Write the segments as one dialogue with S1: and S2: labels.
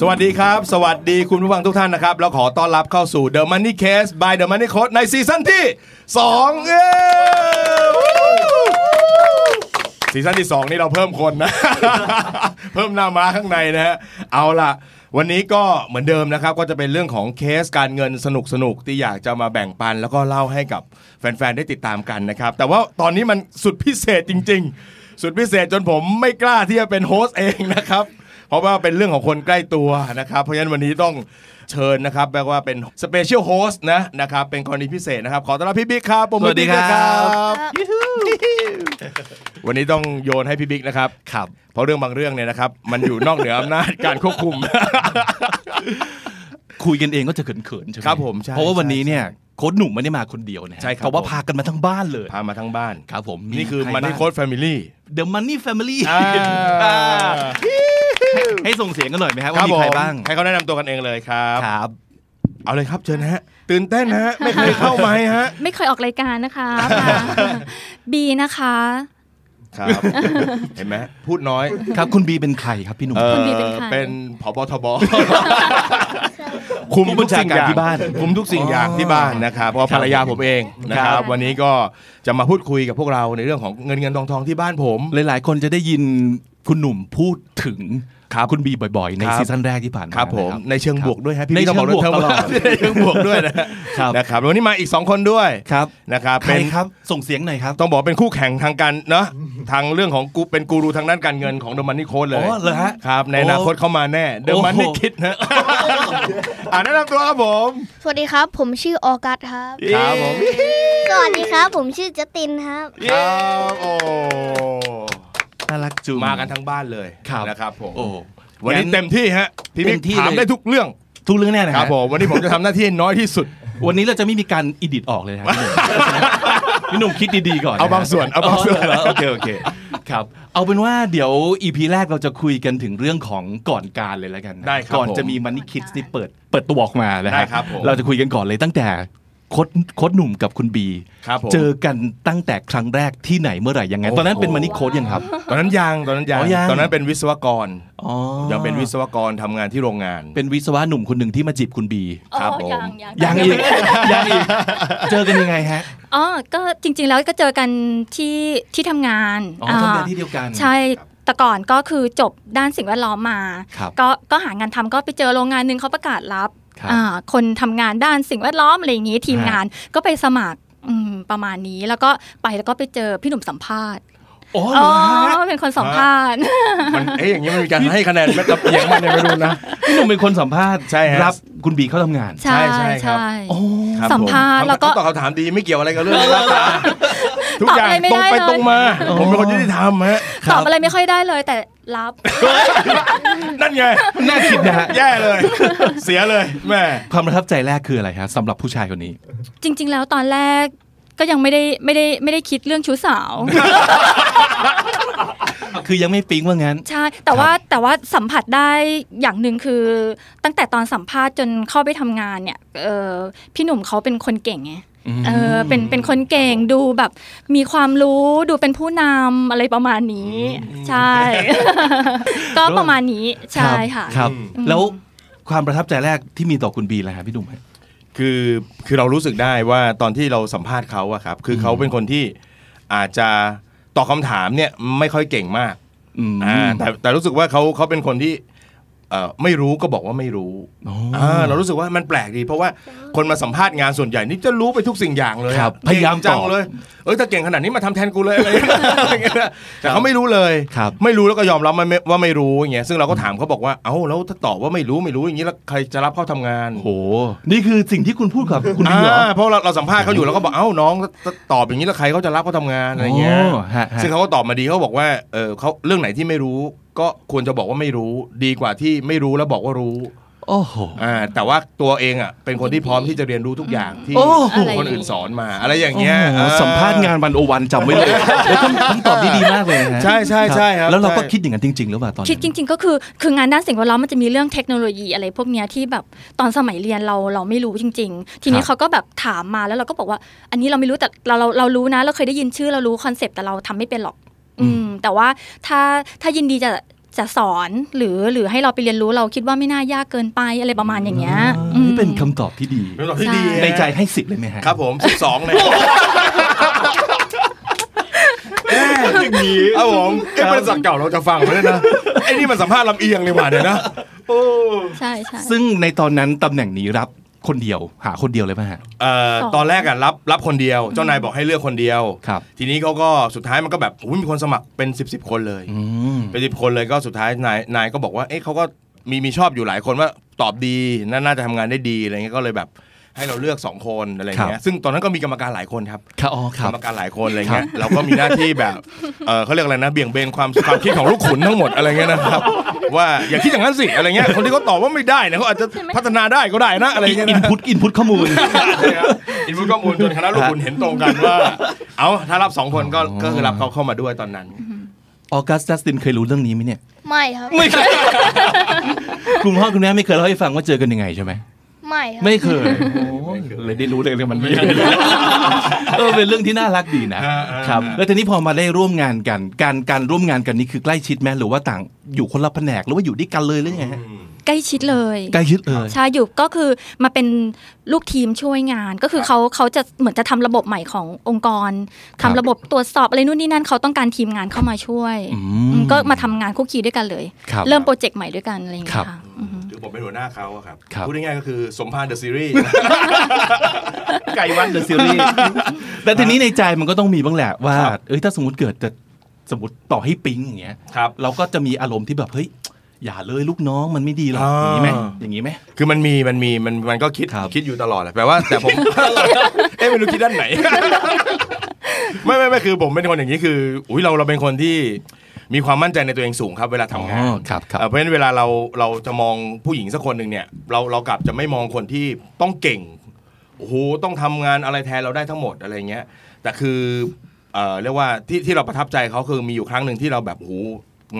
S1: สวัสดีครับ สวัสดีคุณผู้ฟังทุกท่านนะครับ แล้วขอต้อนรับเข้าสู่ The Money Case by The Money Coach ในซีซั่นที่ 2 เย้ซีซั่นที่ 2 นี่เราเพิ่มคนนะ เพิ่มหน้าม้าข้างในนะฮะเอาล่ะ วันนี้ก็เหมือนเดิมนะครับ ก็จะเป็นเรื่องของเคสการเงินสนุกสนุกๆที่อยากจะมาแบ่งปัน แล้วก็เล่าให้กับแฟน ๆ ได้ติดตามกันนะครับ แต่ว่าตอนนี้มันสุดพิเศษจริง ๆ สุดพิเศษจนผมไม่กล้าที่จะเป็นโฮสต์เองนะครับ เพราะว่าเป็นเรื่องของคนใกล้ตัวนะครับ เพราะฉะนั้นวันนี้ต้องเชิญนะครับแปลว่าเป็นสเปเชียลโฮสต์นะนะครับ เป็นกรณีพิเศษนะครับ ขอต้อนรับพี่บิ๊กครับผมอ
S2: สวัสดีครับ
S1: บิ๊กนะครับยูฮูวันนี้ต้องโยนให้พี่บิ๊กนะครับครับเพราะเรื่องบางเรื่องเนี่ยนะครับ มันอยู่นอกเหนืออำนาจการควบคุม
S2: คุยกันเองก็จะเขินๆใช่ไหม
S1: ครับผมใช่
S2: เพราะว่าวันนี้เนี่ย
S1: ใช่
S2: โค้ดหนุ่มไม่ได้มาคนเดียวนะฮะ
S1: ใช่ครับ
S2: เพราะว่าพากันมาทั้งบ้านเลย
S1: พามาทั้งบ้าน
S2: ครับผม
S1: นี่คือมันนี่โค้ดแฟมิลี่
S2: เดอะมันนี่แฟมิลี่
S1: อ่า
S2: ให้ส่งเสียงกันหน่อยไหมครับว่ามีใครบ้าง
S1: ให้เขาแนะนำตัวกันเองเลยครับ
S2: ครับ
S1: เอาเลยครับเชิญฮะ ตื่นเต้นฮะ ไม่เคยเข้าไม้ฮะ
S3: ไม่เคยออกรายการ นะคะค่ะ บีนะคะ
S1: ครับ เห็นไหมพูดน้อย
S2: ครับคุณบีเป็นใครครับพี่หนุ่ม
S1: เอ่อ
S3: คุณบีเป็นใคร
S1: เป็นผบทบ คุมทุกสิ่งอย่าง
S2: ผู้บัญชาการที่บ้าน
S1: คุมทุกสิ่งอย่างที่บ้านนะครับเพราะภรรยาผมเองนะค
S2: ครั
S1: รับ
S2: บ
S1: วันนี้ก็จะมาพูดคุยกับพวกเราในเรื่องของเงินเงินทองทองที่บ้านผม
S2: หลายๆ คนจะได้ยินคุณหนุ่มพูดถึงครับคุณบีบ่อยๆ ใน
S1: ครับ
S2: ซีซั่นแรกที่ผ่านมา
S1: ครับผม
S2: นะ
S1: ในเชิงบวกด้วยฮะพี่
S2: ใน
S1: พี่ต้องบอกด้วย
S2: เชิงบวกตลอด
S1: ในเชิงบวกด้วยนะครับนะครับวันนี้มาอีกสองคนด้วย
S2: ครับ
S1: นะครับ
S2: ใคร
S1: เป็น
S2: ครับส่งเสียงหน่อยครับ
S1: ต้องบอกเป็นคู่แข่งทางการเนาะทางเรื่องของกูเป็นกูรูทางด้านการเงินของเดอะมันนี่โค้ดเล
S2: อ๋
S1: ย
S2: อเหรอฮะ
S1: ครับ ในอนาคตเข้ามาแน่ เดอะ
S2: โอ้โห
S1: มันนี่คิดนะ อ่าแนะนำตัวครับผม
S4: สวัสดีครับ ผมชื่อออกัสครับ
S1: ครับผม
S4: สวัสดีครับ ผมชื่อจตินครับ
S1: ครับโอ้
S2: น่ารักจุง
S1: มากันทั้งบ้านเลย
S2: ครับ
S1: นะครับผม
S2: โอ้
S1: วันนี้เต็มที่ฮะพี่มิ
S2: เต็
S1: ก
S2: มที่
S1: ถาม
S2: เลย
S1: ได้ทุกเรื่อง
S2: ทุกเรื่องแน่นะ
S1: ค
S2: ฮะ
S1: รับผมวันนี้ผมจะทำหน้าที่ให้น้อยที่สุด
S2: วันนี้เราจะไม่มีการอิดิทออกเลยนะครับ พี่หนุ่ม พี่หนุ่มคิดดีๆก่อนนะฮะ
S1: เอาบางส่วนเอาบางส่วน
S2: เหรอ โอเคโอเคครับ เอาเป็นว่าเดี๋ยวอีพีแรกเราจะคุยกันถึงเรื่องของก่อนการเลยแล้วกันนะ
S1: ได้ครับ
S2: ก่อนจะ
S1: ผม
S2: มีมันนี่คิดนี่เปิดเปิดตัวออกมานะฮะ
S1: ได้ครับผม
S2: เราจะคุยกันก่อนเลยตั้งแต่โคดโคดหนุ่มกับคุณบี
S1: ครับผม
S2: เจอกันตั้งแต่ครั้งแรกที่ไหนเมื่อไหร่ยังไง
S1: โอ้โห
S2: ตอนนั้นเป็นมันนี่โคดยังครับ
S1: ตอนนั้นยังตอนนั้นยัง
S2: อ๋อยัง
S1: ตอนนั้นเป็นวิศวกร
S2: อ๋อ
S1: ยังเป็นวิศวกรทำงานที่โรงงาน
S2: เป็นวิศวะหนุ่มคนหนึ่งที่มาจีบคุณบี
S1: ครับ
S3: อ๋อ
S1: ผม
S3: ยังยัง
S2: ยังอีกยังอีกเจอกันยังไงฮะ
S3: อ๋อก็จริง ๆ แล้วก็เจอกันที่ที่ทำงาน
S2: อ๋อทำงานที่
S3: อ่า
S2: เดียวกัน
S3: ใช่แต่ก่อนก็คือจบด้านสิ่งแวดล้อมมา
S2: ครับ
S3: ก็ก็หางานทำก็ไปเจอโรงงานหนึ่งเขาประกาศรับ
S2: ครับ
S3: อ่าคนทำงานด้านสิ่งแวดล้อมอะไรอย่างนี้ทีม
S2: ฮะ
S3: งานก็ไปสมัครอืมประมาณนี้แล้วก็ไปแล้วก็ไปเจอพี่หนุ่มสัมภาษณ์
S2: อ๋อเหร
S3: อ๋อ
S2: อฮะ
S3: เป็นคนสัมภาษณ์
S1: มันเอ๊ะอย่างนี้มันมีการให้คะแนนแม่ตะเพียงมันเนี่ยไม่รู้นะ
S2: พี่หนุ่มเป็นคนสัมภาษณ์
S1: ใช่ฮะ
S2: รับคุณบีเข้าทำงาน
S3: ใช่
S1: ใช่ครับ
S3: ใช่
S2: โอ้
S1: ครับ
S3: สัมภาษณ์
S1: ผ
S3: แล้วก็
S1: เขาตอบคำถามดีไม่เกี่ยวอะไรกับเรื่องราคาทุกอย่าง
S3: ตอบอะไรไม่
S1: ตรงไป
S3: ได้เลย
S1: ตรงมา
S2: อ๋อ
S1: ผมเป็นคนยุติธรรมฮะ
S2: ค
S3: ต
S2: รั
S3: อ
S2: บบ
S3: อะไรไม่ค่อยได้เลยแต่รับ
S1: นั่นไง
S2: น่าคิดนะฮะ
S1: แย่เลย เสียเลยแม่
S2: ความประทับใจแรกคืออะไรฮะสำหรับผู้ชายคนนี้
S3: จริง ๆ แล้วตอนแรกก็ยังไม่ได้ไม่ได้ไม่ได้คิดเรื่องชู้สาว
S2: คือยังไม่ปิ๊งว่างั้น
S3: ใช่ แต่ว่าแต่ว่าสัมผัสได้อย่างหนึ่งคือ ตั้งแต่ตอนสัมภาษณ์จนเข้าไปทำงานเนี่ยเออพี่หนุ่มเขาเป็นคนเก่งไงเออเป็นเป็นคนเก่งดูแบบมีความรู้ดูเป็นผู้นำอะไรประมาณนี้ ใช่ ก็ประมาณนี้ใช่ค่ะ
S2: ครับ แล้วความประทับใจแรกที่มีต่อคุณบีอะไรฮะพี่หนุ่มฮะ
S1: คือคือเรารู้สึกได้ว่าตอนที่เราสัมภาษณ์เขาอะครับ คือเขาเป็นคนที่อาจจะตอบคำถามเนี่ยไม่ค่อยเก่งมาก
S2: อืม
S1: อ่าแต่แต่รู้สึกว่าเขาเขาเป็นคนที่เอ่อไม่รู้ก็บอกว่าไม่รู้
S2: อ๋ออ่
S1: ่าเรารู้สึกว่ามันแปลกดี เพราะว่าคนมาสัมภาษณ์งานส่วนใหญ่นี่จะรู้ไปทุกสิ่งอย่างเลยอะ
S2: ครับพยายามต
S1: จั
S2: อง บ
S1: เลย เอ้ยถ้าเก่งขนาดนี้มาทำแทนกูเลยอะไรอย่างเงี้ย อะไรอย่างเงี้ยแต่เขาไม่รู้เลย
S2: ครับ
S1: ไม่รู้แล้วก็ยอมรับว่าไม่ว่าไม่รู้อย่างเงี้ย ซึ่งเราก็ถามเขาบอกว่า เอ้าแล้วถ้าตอบว่าไม่รู้ไม่รู้อย่างงี้แล้วใครจะรับเข้าทำงาน
S2: โห นี่คือสิ่งที่คุณพูดกับคุณบีเหรอ
S1: อ่าเพราะเราเราสัมภาษณ์เขาอยู่เราก็บอก เอ้าน้องถ้าตอบอย่างนี้แล้วใครเขาจะรับเขาทำงานอะไรเงี้ย
S2: โอ้ฮะฮะ
S1: ซึ่งเขาก็ตอบมาดีเขาบอกว่า เออเขาเรื่องไหนที่ไม่รู้ ก็ควรจะบอกว่าไม่รู้ ดีกว่าที่ไม่รู้แล้วบอกว่ารู้
S2: โอ้โห
S1: อ่าแต่ว่าตัวเองอ่ะเป็นคนที่พร้อมที่จะเรียนรู้ทุกอย่างที่
S2: โอ้โห
S1: คนอื่นสอนมา อะไรอย่างเงี้ย
S2: โอ้โห
S1: เออ
S2: สัมภาษณ์งานวันโอวันจำไว้เลยแล้วต้องต้องตอบดีๆมากเลยนะฮะ
S1: ใช่ใช่ใช่ครับ
S2: แล้วเราก็คิดอย่างนั้นจริง ๆ หรือเปล่าตอนนั้น
S3: คิดจริง ๆ ก็คือคืองานด้านสิ่งแวดล้อมมันจะมีเรื่องเทคโนโลยีอะไรพวกเนี้ยที่แบบตอนสมัยเรียนเราเราไม่รู้จริง ๆ ทีนี้
S2: ครับ
S3: เขาก็แบบถามมาแล้วเราก็บอกว่า อันนี้เราไม่รู้แต่เราเราเรารู้นะ เราเคยได้ยินชื่อเรารู้คอนเซปต์แต่เราทำไม่เป็นหรอก อืม แต่ว่าถ้าถ้ายินดีจะจะสอนหรือหรือให้เราไปเรียนรู้เราคิดว่าไม่น่ายากเกินไปอะไรประมาณอย่างเงี้ย
S2: อ่านี่เป็น
S3: อืม
S2: คำตอบที่ดี
S1: เรื่องราวที่ดี
S3: ใช่
S2: ในใจให้สิบเลยไหมฮะ
S1: ครับผมสิบสองเลย
S2: อย่างนี้
S1: ครับผมไอ้บริษัทเก่าเราจะฟังไหมเนี่ยนะไอ้นี่มันสัมภาษณ์ลำเอียงเลยว่ะเดี๋ยวนะโอ้
S3: ใช่ใช่
S2: ซึ่งในตอนนั้นตำแหน่งนี้รับคนเดียว หาคนเดียวเลยไหมฮะ
S1: เอ่อ
S3: สอง
S1: ตอนแรกอ่ะรับรับคนเดียว เจ้านายบอกให้เลือกคนเดียว
S2: ครับ
S1: ทีนี้เขาก็สุดท้ายมันก็แบบอุ้ยมีคนสมัครเป็นสิบสิบคนเลย
S2: อืม
S1: เป็นสิบคนเลยก็สุดท้ายนายนายก็บอกว่าเอ๊ะเขาก็มีมีชอบอยู่หลายคนว่าตอบดีน่าน่าจะทำงานได้ดีอะไรเงี้ยก็เลยแบบให้เราเลือกสองคนอะไรเงี้
S2: ครั
S1: ย
S2: บ
S1: ซึ่งตอนนั้นก็มีกรรมการหลายคนครับ
S2: ครับอ๋อก ครั
S1: ร
S2: บ
S1: รมการหลายคนอะไรเงี้ยเราก็มีหน้าที่แบบเออเขาเรียกอะไรนะเบี่ยงเบนความความคิดของลูกขุนทั้งหมดอะไรเงี้ยนะครับ ว่าอย่าคิดอย่างนั้นสิอะไรเงี้ยคนที่เขาตอบว่าไม่ได้เนี่ยเขาอาจจะพัฒนาได้ก็ได้นะอะไรเงี้ย
S2: อิน
S1: นะ
S2: พุตอินพุตข้อมูล
S1: อินพุตข้อมูลจนคณะลูกขุนเห็นตรงกันว่า เอาถ้ารับสองคนก็ก็คือรับเขาเข้ามาด้วยตอนนั้น
S2: ออกัสจัสตินเคยรู้เรื่องนี้ไหมเนี่ย
S4: ไม่ครับ
S2: ไม่เคย คุณพ่อคุณแม่ไม่เคยเล่าให้ฟังว่าเจอกันยังไงใช่ไหม
S4: ไม่ครับ
S2: ไม่เคยเลยได้รู้เลยเนี่ยมันไม่ เออเป็นเรื่องที่น่ารักดีนะ
S1: อ่าอ่า
S2: ครับ แล้วทีนี้พอมาได้ร่วมงานกัน การการร่วมงานกันนี่คือใกล้ชิดไหมหรือว่าต่างอยู่คนละแผนกหรือว่าอยู่ด้วยกันเลยหรือไงฮะ
S3: ใกล้ชิดเลย
S2: ใกล้ชิดเลย
S3: ใช่อยู่ก็คือมาเป็นลูกทีมช่วยงานก็คือเขาเขาจะเหมือนจะทำระบบใหม่ขององค์กรทำระบบตรวจสอบอะไรนู่นนี่นั่นเขาต้องการทีมงานเข้ามาช่วย
S2: อื
S3: อืมก็มาทำงานคุกคีด้วยกันเลย
S2: ครับ
S3: เริ่มโปรเจกต์ใหม่ด้วยกันอะไรอย่าง
S2: ครั
S3: เงี้
S2: บ
S3: ยค่ะอือฮึ
S1: คือผมเป็นหัวหน้าเขาอะครับ
S2: ครับ
S1: พูดง่ายๆก็คือสมพานเดอะซีรีส์ ไก่วัน
S2: เดอะซีรีส์ แต่ทีนี้ในใจมันก็ต้องมีบ้างแหละว่า เอ้ยถ้าสมมติเกิดจะสมมติต่อให้ปิ๊งอย่างเงี้ย
S1: ครับ
S2: เราก็จะมีอารมณ์ที่แบบเฮ้ยอย่าเลยลูกน้องมันไม่ดีหรอก
S1: อ่า
S2: อย่างนี้ไหมอย่างนี้ไหม
S1: คือมันมีมันมีมันมันก็คิด
S2: ครับ
S1: คิดอยู่ตลอดแหละแปลว่าแต่ผม เอ๊ะไม่รู้คิดด้านไหน ไม่ไม่ไม่คือผมเป็นคนอย่างนี้คือ อุ้ยเราเราเป็นคนที่มีความมั่นใจในตัวเองสูงครับ เวลาทำงาน
S2: ครับครับ
S1: เอ่อเพราะฉะนั้นเวลาเราเราจะมองผู้หญิงสักคนหนึ่งเนี่ยเราเรากลับจะไม่มองคนที่ต้องเก่งโอ้โหต้องทำงานอะไรแทนเราได้ทั้งหมดอะไรเงี้ยแต่คือเอ่อเรียกว่าที่ที่เราประทับใจเขาคือมีอยู่ครั้งหนึ่งที่เราแบบโอ้โห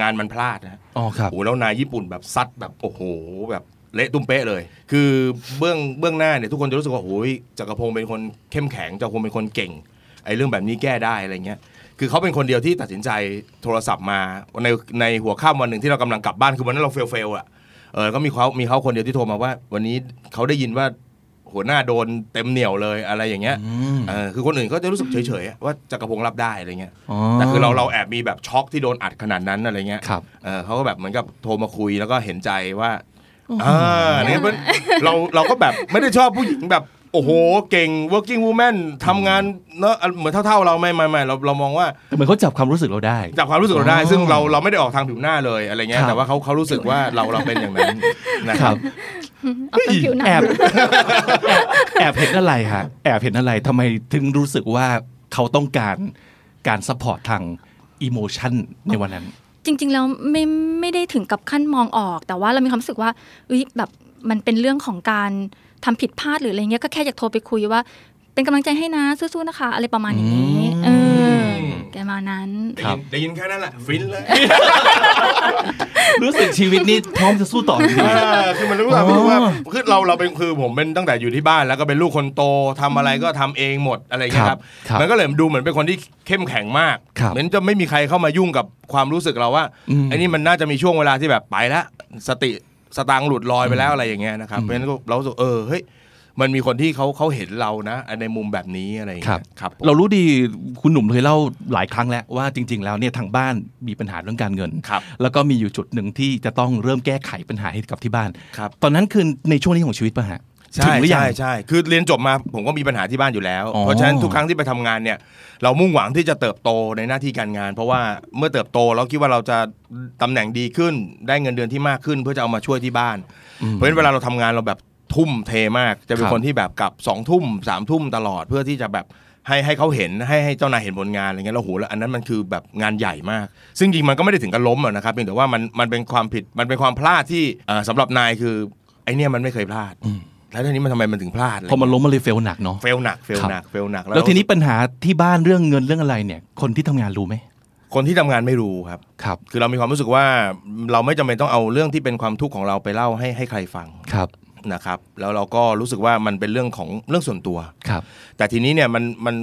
S1: งานมันพลาดนะ
S2: อ๋อครับ
S1: โอ้โหแล้วนายญี่ปุ่นแบบซัดแบบโอ้โหแบบเละตุ้มเป๊ะเลย คือเบื้องเบื้องหน้าเนี่ยทุกคนจะรู้สึกว่าโอ้ยจักรพงศ์เป็นคนเข้มแข็งจักรพงศ์เป็นคนเก่งไอ้เรื่องแบบนี้แก้ได้อะไรเงี้ยคือเขาเป็นคนเดียวที่ตัดสินใจโทรศัพท์มาในในหัวข้ามวันหนึ่งที่เรากำลังกลับบ้านคือวันนั้นเราเฟลเฟลๆอะเออก็มีเขามีเขาคนเดียวที่โทรมาว่า วันนี้เขาได้ยินว่าหัวหน้าโดนเต็มเหนี่ยวเลยอะไรอย่างเงี้ยเออคือคนอื่นก็จะรู้สึกเฉยๆอะว่าจักรพงศ์รับได้อะไรเงี้ยแต่คือเราเราแอบมีแบบช็อกที่โดนอัดขนาดนั้นอะไรเงี้ย
S2: ครับ
S1: เออเขาก็แบบเหมือนกับโทรมาคุยแล้วก็เห็นใจว่าอ่าเนี่ยเพราะเราเราก็แบบไม่ได้ชอบผู้หญิงแบบ โอ้โห เก่ง working woman ทำงานเนอะเหมือนเท่าๆเราไม่ไม่ไม่เราเรามองว่า
S2: เหมือนเขาจับความรู้สึกเรา ได้
S1: จับความรู้สึกเราได้
S2: อ๋อ
S1: ซึ่งเราเราไม่ได้ออกทางผิวหน้าเลยอะไรเงี้ย
S2: ครับ
S1: แต่ว่าเขาเขารู้สึกว่าเราเราเป็นอย่างนั้นนะ
S2: ค
S1: ค
S2: รั
S1: รั
S2: บบ
S3: เอาเป็นผิวหนัง
S2: แอบแอบแอบเห็นอะไรฮะแอบเห็นอะไรทำไมถึงรู้สึกว่าเขาต้องการการซัพพอร์ตทางอิโมชันในวันนั้น
S3: จริง ๆ แล้วไม่ไม่ได้ถึงกับขั้นมองออก แต่ว่าเรามีความรู้สึกว่าเอ้ยแบบมันเป็นเรื่องของการทำผิดพลาดหรืออะไรเงี้ยก็แค่อยากโทรไปคุยว่า เป็นกำลังใจให้นะสู้ๆนะคะ อะไรประมาณอย่างนี้
S2: อืม
S3: เออแกมานั้น
S1: ได้
S2: ครั
S1: ยิ
S2: บ
S1: นได้ยินแค่นั้นแหละฟินเลย
S2: รู้สึกชีวิตนี้พร้อมจะสู้ต่อจริง
S1: เออคือมันรู้ว่า
S2: อ๋อ
S1: รู้ว่าคือเราเราเป็นคือผมเป็นตั้งแต่อยู่ที่บ้านแล้วก็เป็นลูกคนโตทำอะไรก็ทำเองหมดอะไร
S2: ค
S1: เงี้
S2: รั
S1: ยครับ บ
S2: ครับ
S1: มันก็เลยดูเหมือนเป็นคนที่เข้มแข็งมาก
S2: ครับ
S1: เหมือนจะไม่มีใครเข้ามายุ่งกับความรู้สึกเราว่า
S2: อืม
S1: ไอ้นี่มันน่าจะมีช่วงเวลาที่แบบไปแล้วสติสตางค์หลุดลอยไปแล้วอะไรอย่างเงี้ยนะครับ
S2: อืม
S1: เพราะฉะนั้นก็เรารู้สึกเออเฮ้ยมันมีคนที่เขาเขาเห็นเรานะในมุมแบบนี้อะไรอย่าง
S2: ครั
S1: เงี้
S2: บ
S1: ยครับผม
S2: เรารู้ดีคุณหนุ่มเคยเล่าหลายครั้งแล้วว่าจริง ๆ แล้วเนี่ยทางบ้านมีปัญหาเรื่องการเงิน
S1: ครับ
S2: แล้วก็มีอยู่จุดหนึ่งที่จะต้องเริ่มแก้ไขปัญหาให้กับที่บ้าน
S1: ครับ
S2: ตอนนั้นคือในช่วงนี้ของชีวิตป่ะฮะ
S1: ใช่
S2: ถึงหรือยัง
S1: ใช่ใช่คือเรียนจบมาผมก็มีปัญหาที่บ้านอยู่แล้ว
S2: อ๋อ
S1: เพราะฉะนั้นทุกครั้งที่ไปทำงานเนี่ย เรามุ่งหวังที่จะเติบโตในหน้าที่การงาน เพราะว่าเมื่อเติบโตเราคิดว่าเราจะตำแหน่งดีขึ้น ได้เงินเดือนที่มากขึ้น เพื่อจะเอามาช่วยที่บ้าน
S2: อืม
S1: เพราะฉะนั้นเวลาเราทำงานเราแบบทุ่มเทมาก จะเป็
S2: คน รับ
S1: คนที่แบบกลับสองทุ่มสามทุ่มตลอดเพื่อที่จะแบบให้ให้เขาเห็นให้ให้เจ้านายเห็นผลงานอะไรเงี้ยแล้วโหแล้วอันนั้นมันคือแบบงานใหญ่มาก ซึ่งจริงมันก็ไม่ได้ถึงกับล้มหรอกนะครับเพียงแต่ว่ามันมันเป็นความผิดมันเป็นความพลาดที่เอ่อสำหรับนายคือ ไอเนี่ยมันไม่เคยพลาด แล้วทีนี้มันทำไมมันถึงพลาด
S2: พอมันล้มมันเลยเฟลหนักเนาะ
S1: เฟลหนักเฟลหนักเฟลหนัก
S2: แล้วทีนี้ปัญหาที่บ้านเรื่องเงินเรื่องอะไรเนี่ย คนที่ทำงานรู้ไหม
S1: คนที่ทำงานไม่รู้ครับ
S2: ครับ
S1: คือเรามีความรู้สึกว่าเราไม่จำเป็นต้องเอาเรื่องที่เป็นความทุกข์ของเราไปเล่าให้ให้ใครฟัง
S2: ครับ
S1: นะครับ แล้วเราก็รู้สึกว่ามันเป็นเรื่องของเรื่องส่วนตัว
S2: ครับ
S1: แต่ทีนี้เนี่ยมันมัน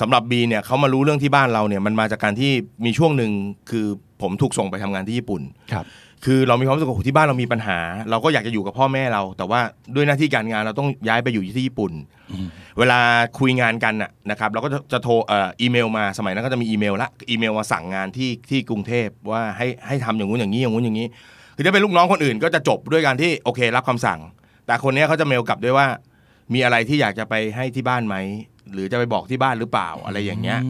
S1: สำหรับบีเนี่ยเขามารู้เรื่องที่บ้านเราเนี่ยมันมาจากการที่มีช่วงหนึ่งคือผมถูกส่งไปทำงานที่ญี่ปุ่น
S2: ครับ
S1: คือเรามีความรู้สึกว่าโอ้โหที่บ้านเรามีปัญหา เราก็อยากจะอยู่กับพ่อแม่เรา แต่ว่าด้วยหน้าที่การงานเราต้องย้ายไปอยู่ที่ญี่ปุ่น เวลาคุยงานกันน่ะนะครับเราก็จะจะโทรเอ่ออีเมลมาสมัยนั้นก็จะมีอีเมลละอีเมลมาสั่งงานที่ที่กรุงเทพว่าให้ให้ทำอย่างงู้นอย่างนี้อย่างงู้นอย่างนี้ คือถ้าเป็นลูกน้องคนอื่นก็จะจบด้วยการที่โอเครับคำสั่ง แต่คนเนี้ยเขาจะเมลกลับด้วยว่า มีอะไรที่อยากจะไปให้ที่บ้านไหมหรือจะไปบอกที่บ้านหรือเปล่าอะไรอย่างเงี้ย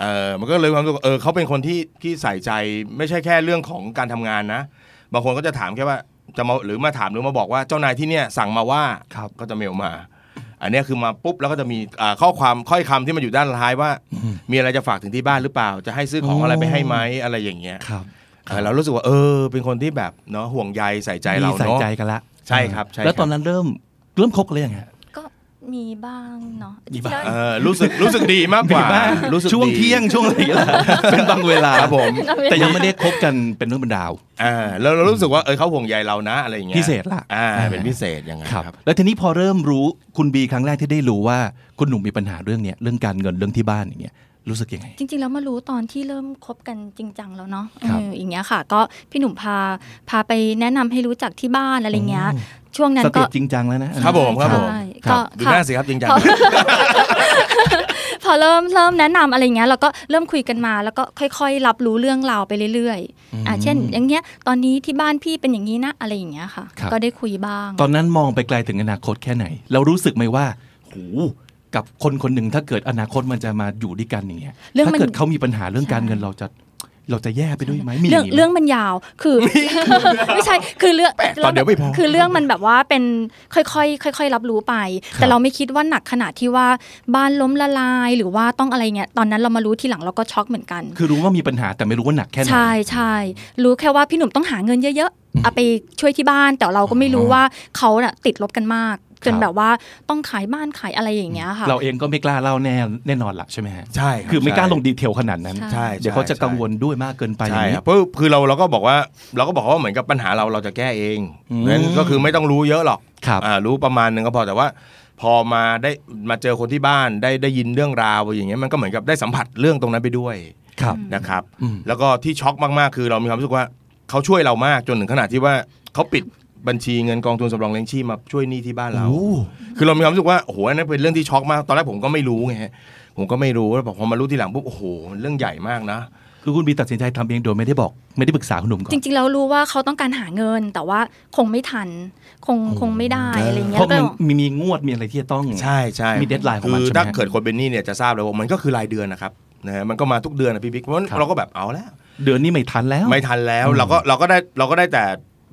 S1: เออมันก็เลยความรู้สึกว่าเออเขาเป็นคนที่ที่ใส่ใจไม่ใช่แค่เรื่องของการทำงานนะ บางคนก็จะถามแค่ว่าจะมาหรือมาถามหรือมาบอกว่าเจ้านายที่เนี่ยสั่งมาว่า
S2: ครับ
S1: ก็จะเมลมา อันเนี้ยคือมาปุ๊บแล้วก็จะมีอ่าข้อความค่อยคำที่มันอยู่ด้านท้ายว่า มีอะไรจะฝากถึงที่บ้านหรือเปล่า จะให้ซื้อของอะไรไปให้ไหมอะไรอย่างเงี้ย
S2: ครับ
S1: เออเรารู้สึกว่าเออ เป็นคนที่แบบเนาะห่วงใยใส่ใจเรา
S2: มีใส่
S1: เนาะ
S2: ใจกันละ
S1: ใช่ครับใช่ครับ
S2: แล้วตอนนั้นเริ่มเริ่มคบกันหรือยังฮะ
S3: ก็มีบ้างเนาะ
S2: มีบ้าง
S1: เออรู้สึกรู้สึกดีมากกว่ารู้สึก
S2: ช่วง
S1: ดี
S2: เที่ยงช่วงอะไร อย่างเงี้ยเหรอเป็นบางเวลา
S1: ครับผม
S2: แต่ยังไม่ได้คบกันเป็นเรื่องเป็นราว
S1: อ่าแล้วเรารู้สึกว่าเออเขาห่วงใยเรานะอะไรอย่างเงี้ย
S2: พิเศษละ
S1: อ่าเป็นพิเศษยังไง
S2: ครับ
S1: ครับ
S2: แล้วทีนี้พอเริ่มรู้คุณบีครั้งแรกที่ได้รู้ว่าคุณหนุ่มมีปัญหาเรื่องเนี้ยเรื่องการเงินเรื่องที่บ้านอย่างเงี้ยรู้สึกยังไง
S3: จริงๆแล้วมารู้ตอนที่เริ่มคบกันจริงจังแล้วเนาะ
S2: ครับ
S3: เอออย่างเงี้ยค่ะ ก็พี่หนุ่มพาพาไปแนะนำให้รู้จักที่บ้านอะไรเงี้ย ช่วงนั้น
S2: สเต็
S3: ก็
S2: ปจริงจังแล้วนะครับ
S1: ผมครับผม
S3: ใช่
S2: ครั
S3: ก็
S2: บ
S1: ดู
S3: ค่ะ
S1: หน้าสิครับจริงจัง
S3: พอ พอเริ่มเริ่มแนะนำอะไรเงี้ยเราก็เริ่มคุยกันมา แล้วก็ค่อย ๆ รับรู้เรื่องราวไปเรื่อยๆอ่าเช่น อย่างเงี้ยตอนนี้ที่บ้านพี่เป็นอย่างนี้นะอะไรอย่างเงี้ยค่ะ
S2: ครับ
S3: ก็ได้คุยบ้าง
S2: ตอนนั้นมองไปไกลถึงอนาคตแค่ไหน เรารู้สึกไหมว่าหูกับคนคนหนึ่งถ้าเกิดอนาคตมันจะมาอยู่ด้วยกันอย่างเงี้ย
S3: เรื่องมัน
S2: ถ้าเกิดเขามีปัญหาเรื่องการเงินเราจะเราจะแย่ไปด้วยไหมมี
S3: เรื่อง
S2: ย่านี้ไหม
S3: เรื่องมันยาวคือ ไม่ใช่คือเรื่อง
S1: ตอนเดียวไม่พอ
S3: คือเรื่องมันแบบว่าเป็นค่อยๆค่อย ๆ รับรู้ไป
S2: ครั
S3: แต่
S2: บ
S3: เราไม่คิดว่าหนักขนาดที่ว่าบ้านล้มละลายหรือว่าต้องอะไรเงี้ยตอนนั้นเรามารู้ทีหลังเราก็ช็อกเหมือนกัน
S2: คือรู้ว่ามีปัญหาแต่ไม่รู้ว่าหนักแค่ไหน
S3: ใช่ใช่รู้แค่ว่าพี่หนุ่มต้องหาเงินเยอะๆเอาไปช่วยที่บ้าน แต่เราก็ไม่รู้ว่าเขาน่ะติดลบกันมาก จน
S2: ครับ
S3: แบบว่าต้องขายบ้านขายอะไรอย่างเงี้ยค่ะ
S2: เราเองก็ไม่กล้าเล่าแน่แน่นอนละใช่ไหมฮะ
S1: ใช่รับ
S2: คือไม่กล้า
S1: ใช่
S2: ลงดีเทลขนาดนั้น
S3: ใช่
S1: ใช่
S2: เดี๋ยวเขาจะกังวลด้วยมากเกินไปอ
S1: ใช่
S2: ย่างนี้
S1: ครับเพราะคือเราเราก็บอกว่าเราก็บอกว่าเหมือนกับปัญหาเราเราจะแก้เอง
S2: อืม
S1: นั้นก็คือไม่ต้องรู้เยอะหรอก
S2: ครับ
S1: อ่ารู้ประมาณหนึ่งก็พอแต่ว่า พอมาได้มาเจอคนที่บ้านได้ได้ยินเรื่องราวอย่างเงี้ยมันก็เหมือนกับได้สัมผัสเรื่องตรงนั้นไปด้วย
S2: ครับ
S1: นะครับ
S2: อืม
S1: แล้วก็ที่ช็อกมากๆ คือเรามีความรู้สึกว่าเขาช่วยเรามากจนถึงขนาดที่ว่าเขาปิดบัญชีเงินกองทุนสำรองเลี้ยงชีพมาช่วยหนี้ที่บ้านเรา
S2: โอ้
S1: คือเรามีความรู้สึกว่าโอ้โหอันนั้นเป็นเรื่องที่ช็อกมากตอนแรกผมก็ไม่รู้ไงฮะผมก็ไม่รู้แล้วพอมารู้ทีหลังปุ๊บโอ้โหมันเรื่องใหญ่มากนะ
S2: คือคุณบีตัดสินใจทำเองโดยไม่ได้บอก ไม่ได้ปรึกษาคุณหนุ่มก่อ
S3: จ
S2: น
S3: ริงๆ แล้วรู้ว่าเขาต้องการหาเงิน แต่ว่าคงไม่ทัน คงคงไม่ได้อะไรเงี้
S2: เพ
S3: ย
S2: ราะ
S3: ก็
S2: มันมีมีงวดมีอะไรที่จะต้อง
S1: ใช่ใช่
S2: มี deadline ของมัน
S1: คื
S2: ใช่
S1: อ
S2: ไหม
S1: ถ้าเกิดคนเป็นหนี้เนี่ยจะทราบเลยว่ามันก็คือรายเดือนนะครับนะฮะมันก็มาทุกเดือนนะพี่บิ๊กเพราะฉะนั้น
S2: ครับ
S1: เราก็แบบเอาแล้ว
S2: เดือนนี้ไม่ทันแล้ว
S1: ไม่ทันแล้ว
S2: อืม
S1: เราก็เราก็ได้เราก็ได้แต่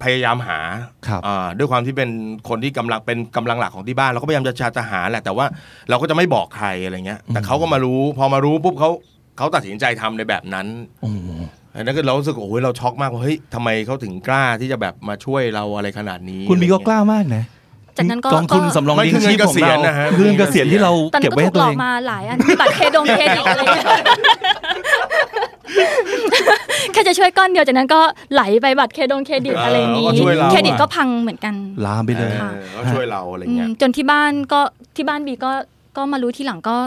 S1: พยายามหา
S2: ครับ
S1: อ่าด้วยความที่เป็นคนที่กำลังเป็นกำลังหลักของที่บ้านเราก็พยายามจะชาจะหาแหละแต่ว่าเราก็จะไม่บอกใครอะไรเงี้ย แต่
S2: อืม
S1: เขาก็มารู้พอมารู้ปุ๊บเขาเขาตัดสินใจทำในแบบนั้น
S2: โอ้โห
S1: อันนั้นก็เรารู้สึกโอ้ยเราช็อกมากว่าเฮ้ยทำไมเขาถึงกล้าที่จะแบบมาช่วยเราอะไรขนาดนี้
S2: คุณบีก็
S1: อะ
S2: ก
S1: ไรเงี้
S2: ล้ามากนะ
S3: จากนั้นก็
S2: กองทุนสำรองเลี้ยงชีพของ
S1: มันคือ
S2: เรา
S1: เงินเกษียณนะฮะ
S2: คือเงินเกษียณที่เรา
S3: ก็ตอนนั้
S2: เก็บ
S3: นก็
S2: ไว้ให้
S3: ถูก
S2: ตั
S3: ห
S2: ว
S3: ลอ
S2: เอก ง
S3: มาหลายอันมีบัตรเครดงเครดิตอะไรเงี้ยแค่จะช่วยก้อนเดียวจากนั้นก็ไหลไปบัตรเครดงเครดิตอะไรนี้
S1: เออก็ช่วยเราอะ
S3: เครดิตก็พังเหมือนกัน
S2: ลามไปเลย
S1: เออเขาช่วยเราอะไรเงี้ย
S3: อืมจนที่บ้านก็ที่บ้านบีก็ก็มารู้ทีหลังก็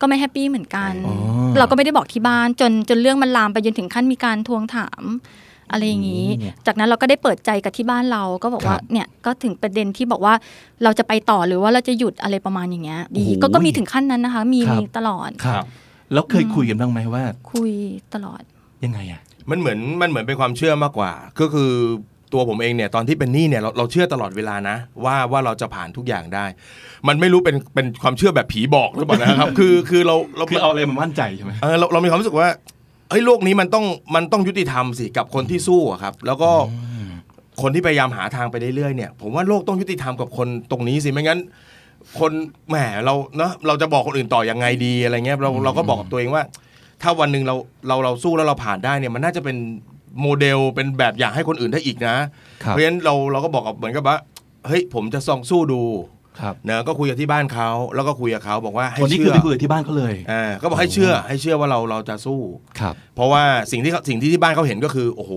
S3: ก็ไม่แฮปปี้เหมือนกัน
S2: อ๋อ
S3: เราก็ไม่ได้บอกที่บ้านจนจนเรื่องมันลามไปจนถึงขั้นมีการทวงถาม อะไรอย่างนี้ จากนั้นเราก็ได้เปิดใจกับที่บ้านเราก็บอกว่า
S2: ครับ
S3: เนี่ยก็ถึงประเด็นที่บอกว่าเราจะไปต่อหรือว่าเราจะหยุดอะไรประมาณอย่างเงี้ยบี
S2: โอ้โห
S3: ก็ก็มีถึงขั้นนั้นนะคะ มี
S2: ครับ
S3: มีตลอด
S2: ครับ แล้วเคยคุยกันบ้างไหมว่า
S3: คุยตลอด
S2: ยังไงอ่ะ
S1: มันเหมือนมันเหมือนเป็นความเชื่อมากกว่า ก็คือตัวผมเองเนี่ยตอนที่เป็นหนี้เนี่ยเราเราเชื่อตลอดเวลานะ ว่าว่าเราจะผ่านทุกอย่างได้ มันไม่รู้เป็นเป็นความเชื่อแบบผีบอกหรือเปล่านะครับ คือคือเราเรา
S2: คือเอาอะไรมามั่นใจใช่ไหม
S1: เออเราเรามีความรู้สึกว่าเฮ้ยโลกนี้มันต้องมันต้องยุติธรรมสิกับคนที่สู้อะครับ แล้วก็คนที่พยายามหาทางไปเรื่อยๆเนี่ยผมว่าโลกต้องยุติธรรมกับคนตรงนี้สิไม่งั้น คนแหมเราเนาะเราจะบอกคนอื่นต่อยังไงดีอะไรเงี้ยเราเราก็บอกกับตัวเองว่า ถ้าวันหนึ่งเราเราเราสู้แล้วเราผ่านได้เนี่ยมันน่าจะเป็นโมเดลเป็นแบบอย่างให้คนอื่นได้อีกนะ
S2: ครั
S1: เพ
S2: บ
S1: ราะฉะนั้นเราเราก็บอกกับเหมือนกับว่า เฮ้ยผมจะซองสู้ดู
S2: ครับ
S1: เนอะก็คุยกับที่บ้านเขาแล้วก็คุยกับเขาบอกว่าให้
S2: วันนี้
S1: เชื่
S2: คือ
S1: อ
S2: ไปคุยกับที่บ้านเขาเลย
S1: อ่าก็บอกให้เชื่อ ให้เชื่อว่าเราเราจะสู้
S2: ครับ
S1: เพราะว่าสิ่งที่เขาสิ่งที่ที่บ้านเขาเห็นก็คือโอ้โห